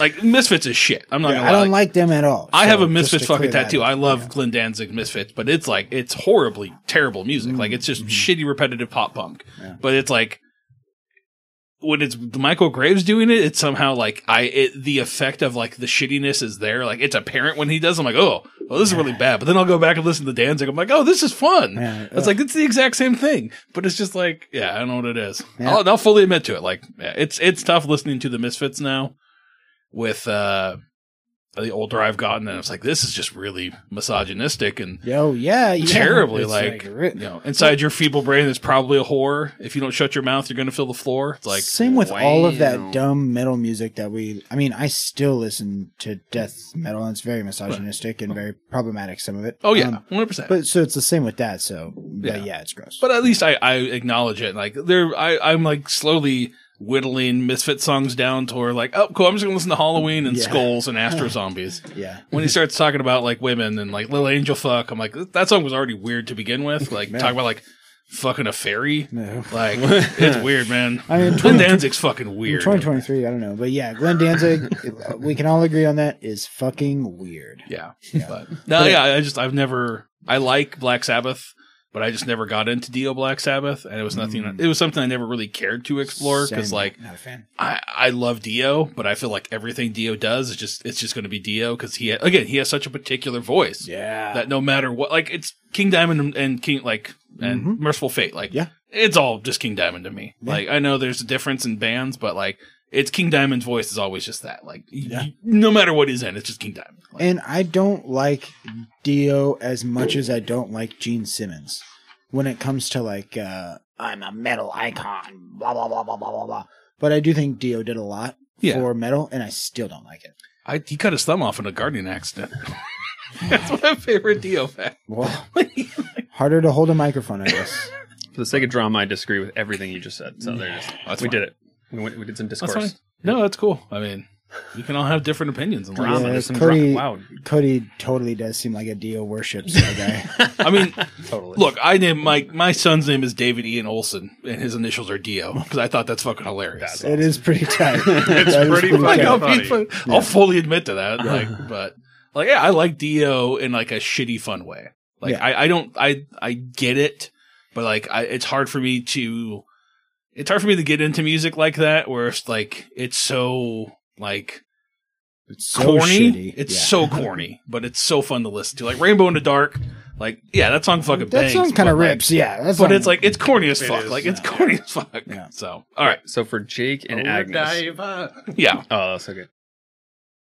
like Misfits is shit. I'm not
Yeah,
gonna.
I
lie.
don't
Like,
like them at all.
I
Oh, so
have a
just
Misfits
to
fucking
clear that
tattoo.
up.
I love
Yeah.
Glenn Danzig Misfits, but it's like it's horribly terrible music. Like it's just
Mhm.
shitty repetitive pop punk.
Yeah.
But it's like when it's Michael Graves doing it, it's somehow like I it, the effect of like the shittiness is there. Like it's apparent when he does. I'm like, oh, well, this is really bad. But then I'll go back and listen to Danzig. I'm like, oh, this is fun.
Yeah,
It's like it's the exact same thing, but it's just like yeah, I don't know what it is.
Yeah.
I'll, I'll fully admit to it. Like yeah, it's it's tough listening to the Misfits now with uh the older I've gotten, and it's like this is just really misogynistic and
Yo, Oh, yeah, yeah.
terribly
It's
like,
ri-
you know inside your feeble brain there's probably a whore. If you don't shut your mouth, you're going to fill the floor. It's like
Same with all of
wow.
that dumb metal music that we. I mean, I still listen to death metal, and it's very misogynistic and very problematic. Some of it.
oh yeah,
Um,
one hundred percent.
But so it's the same with that. So but
Yeah.
yeah, it's gross.
But at least I, I acknowledge it. Like there, I I'm like slowly whittling misfit songs down to where like oh cool, I'm just gonna listen to Halloween and
Yeah.
Skulls and
[LAUGHS]
Astro Zombies. [LAUGHS]
yeah,
when he starts talking about like women and like little angel fuck, I'm like that song was already weird to begin
[LAUGHS]
with. Like
Man.
talking about like fucking a fairy,
no. [LAUGHS]
like it's weird, man.
I mean,
Glenn
20
Danzig's fucking weird.
2023, I don't know, but yeah,
[LAUGHS]
Glenn Danzig, it- we can all agree on that is fucking weird.
Yeah,
Yeah.
but no, yeah, I just I've never I like Black Sabbath, but I just never got into Dio Black Sabbath, and it was nothing.
Mm.
It was something I never really cared to explore because
Same.
like
not a fan.
I I love Dio, but I feel like everything Dio does is just it's just going to be Dio because he again he has such a particular voice.
Yeah,
that no matter what, like it's King Diamond and, and King, like and
Mhm.
Merciful Fate, like
Yeah.
it's all just King Diamond to me.
Yeah.
Like I know there's a difference in bands, but like it's King Diamond's voice is always just that. Like y-
Yeah.
y- no matter what he's in, it's just King Diamond. Like,
and I don't like Dio as much as I don't like Gene Simmons when it comes to like uh I'm a metal icon, blah blah blah blah blah blah blah. But I do think Dio did a lot
Yeah.
for metal, and I still don't like it.
I, he cut his thumb off in a gardening
[LAUGHS]
accident. That's my favorite Dio fact.
Well, harder to hold a microphone,
[LAUGHS]
I guess.
for the sake of drama, I disagree with everything you just said. So there's
That's
we
fine.
did it. We went, we did some
That's
discourse.
fine. No, that's cool. I mean, we can all have different opinions. in life.
Drama.
Yeah,
there's some
Cody-
drama.
Cody totally does seem like a Dio worship sort of guy.
Wow.
I mean,
totally.
Look, I named my my son's name is David Ian Olson, and his initials are Dio because I thought [LAUGHS] that's fucking hilarious.
It is
[LAUGHS]
pretty tight. That is
pretty
like,
fucking
I'll,
tight.
funny.
be fun- I'll fully admit to that. Like, but like, yeah, I like Dio in like a shitty fun way. Like,
Yeah.
I, I don't, I, I get it, but like, I, it's hard for me to, it's hard for me to get into music like that where it's like, it's so like
It's so
corny.
shitty.
It's
Yeah.
so corny, but it's so fun to listen to. Like Rainbow in the Dark. Like, yeah, that song fucking
that
bangs.
song kind
but,
of
like,
rips. yeah, that's
but it's like it's corny as
It
fuck.
is.
like it's corny as fuck.
Yeah.
So all right,
So for Jake and Agnes.
Diva.
yeah.
Oh, that's okay.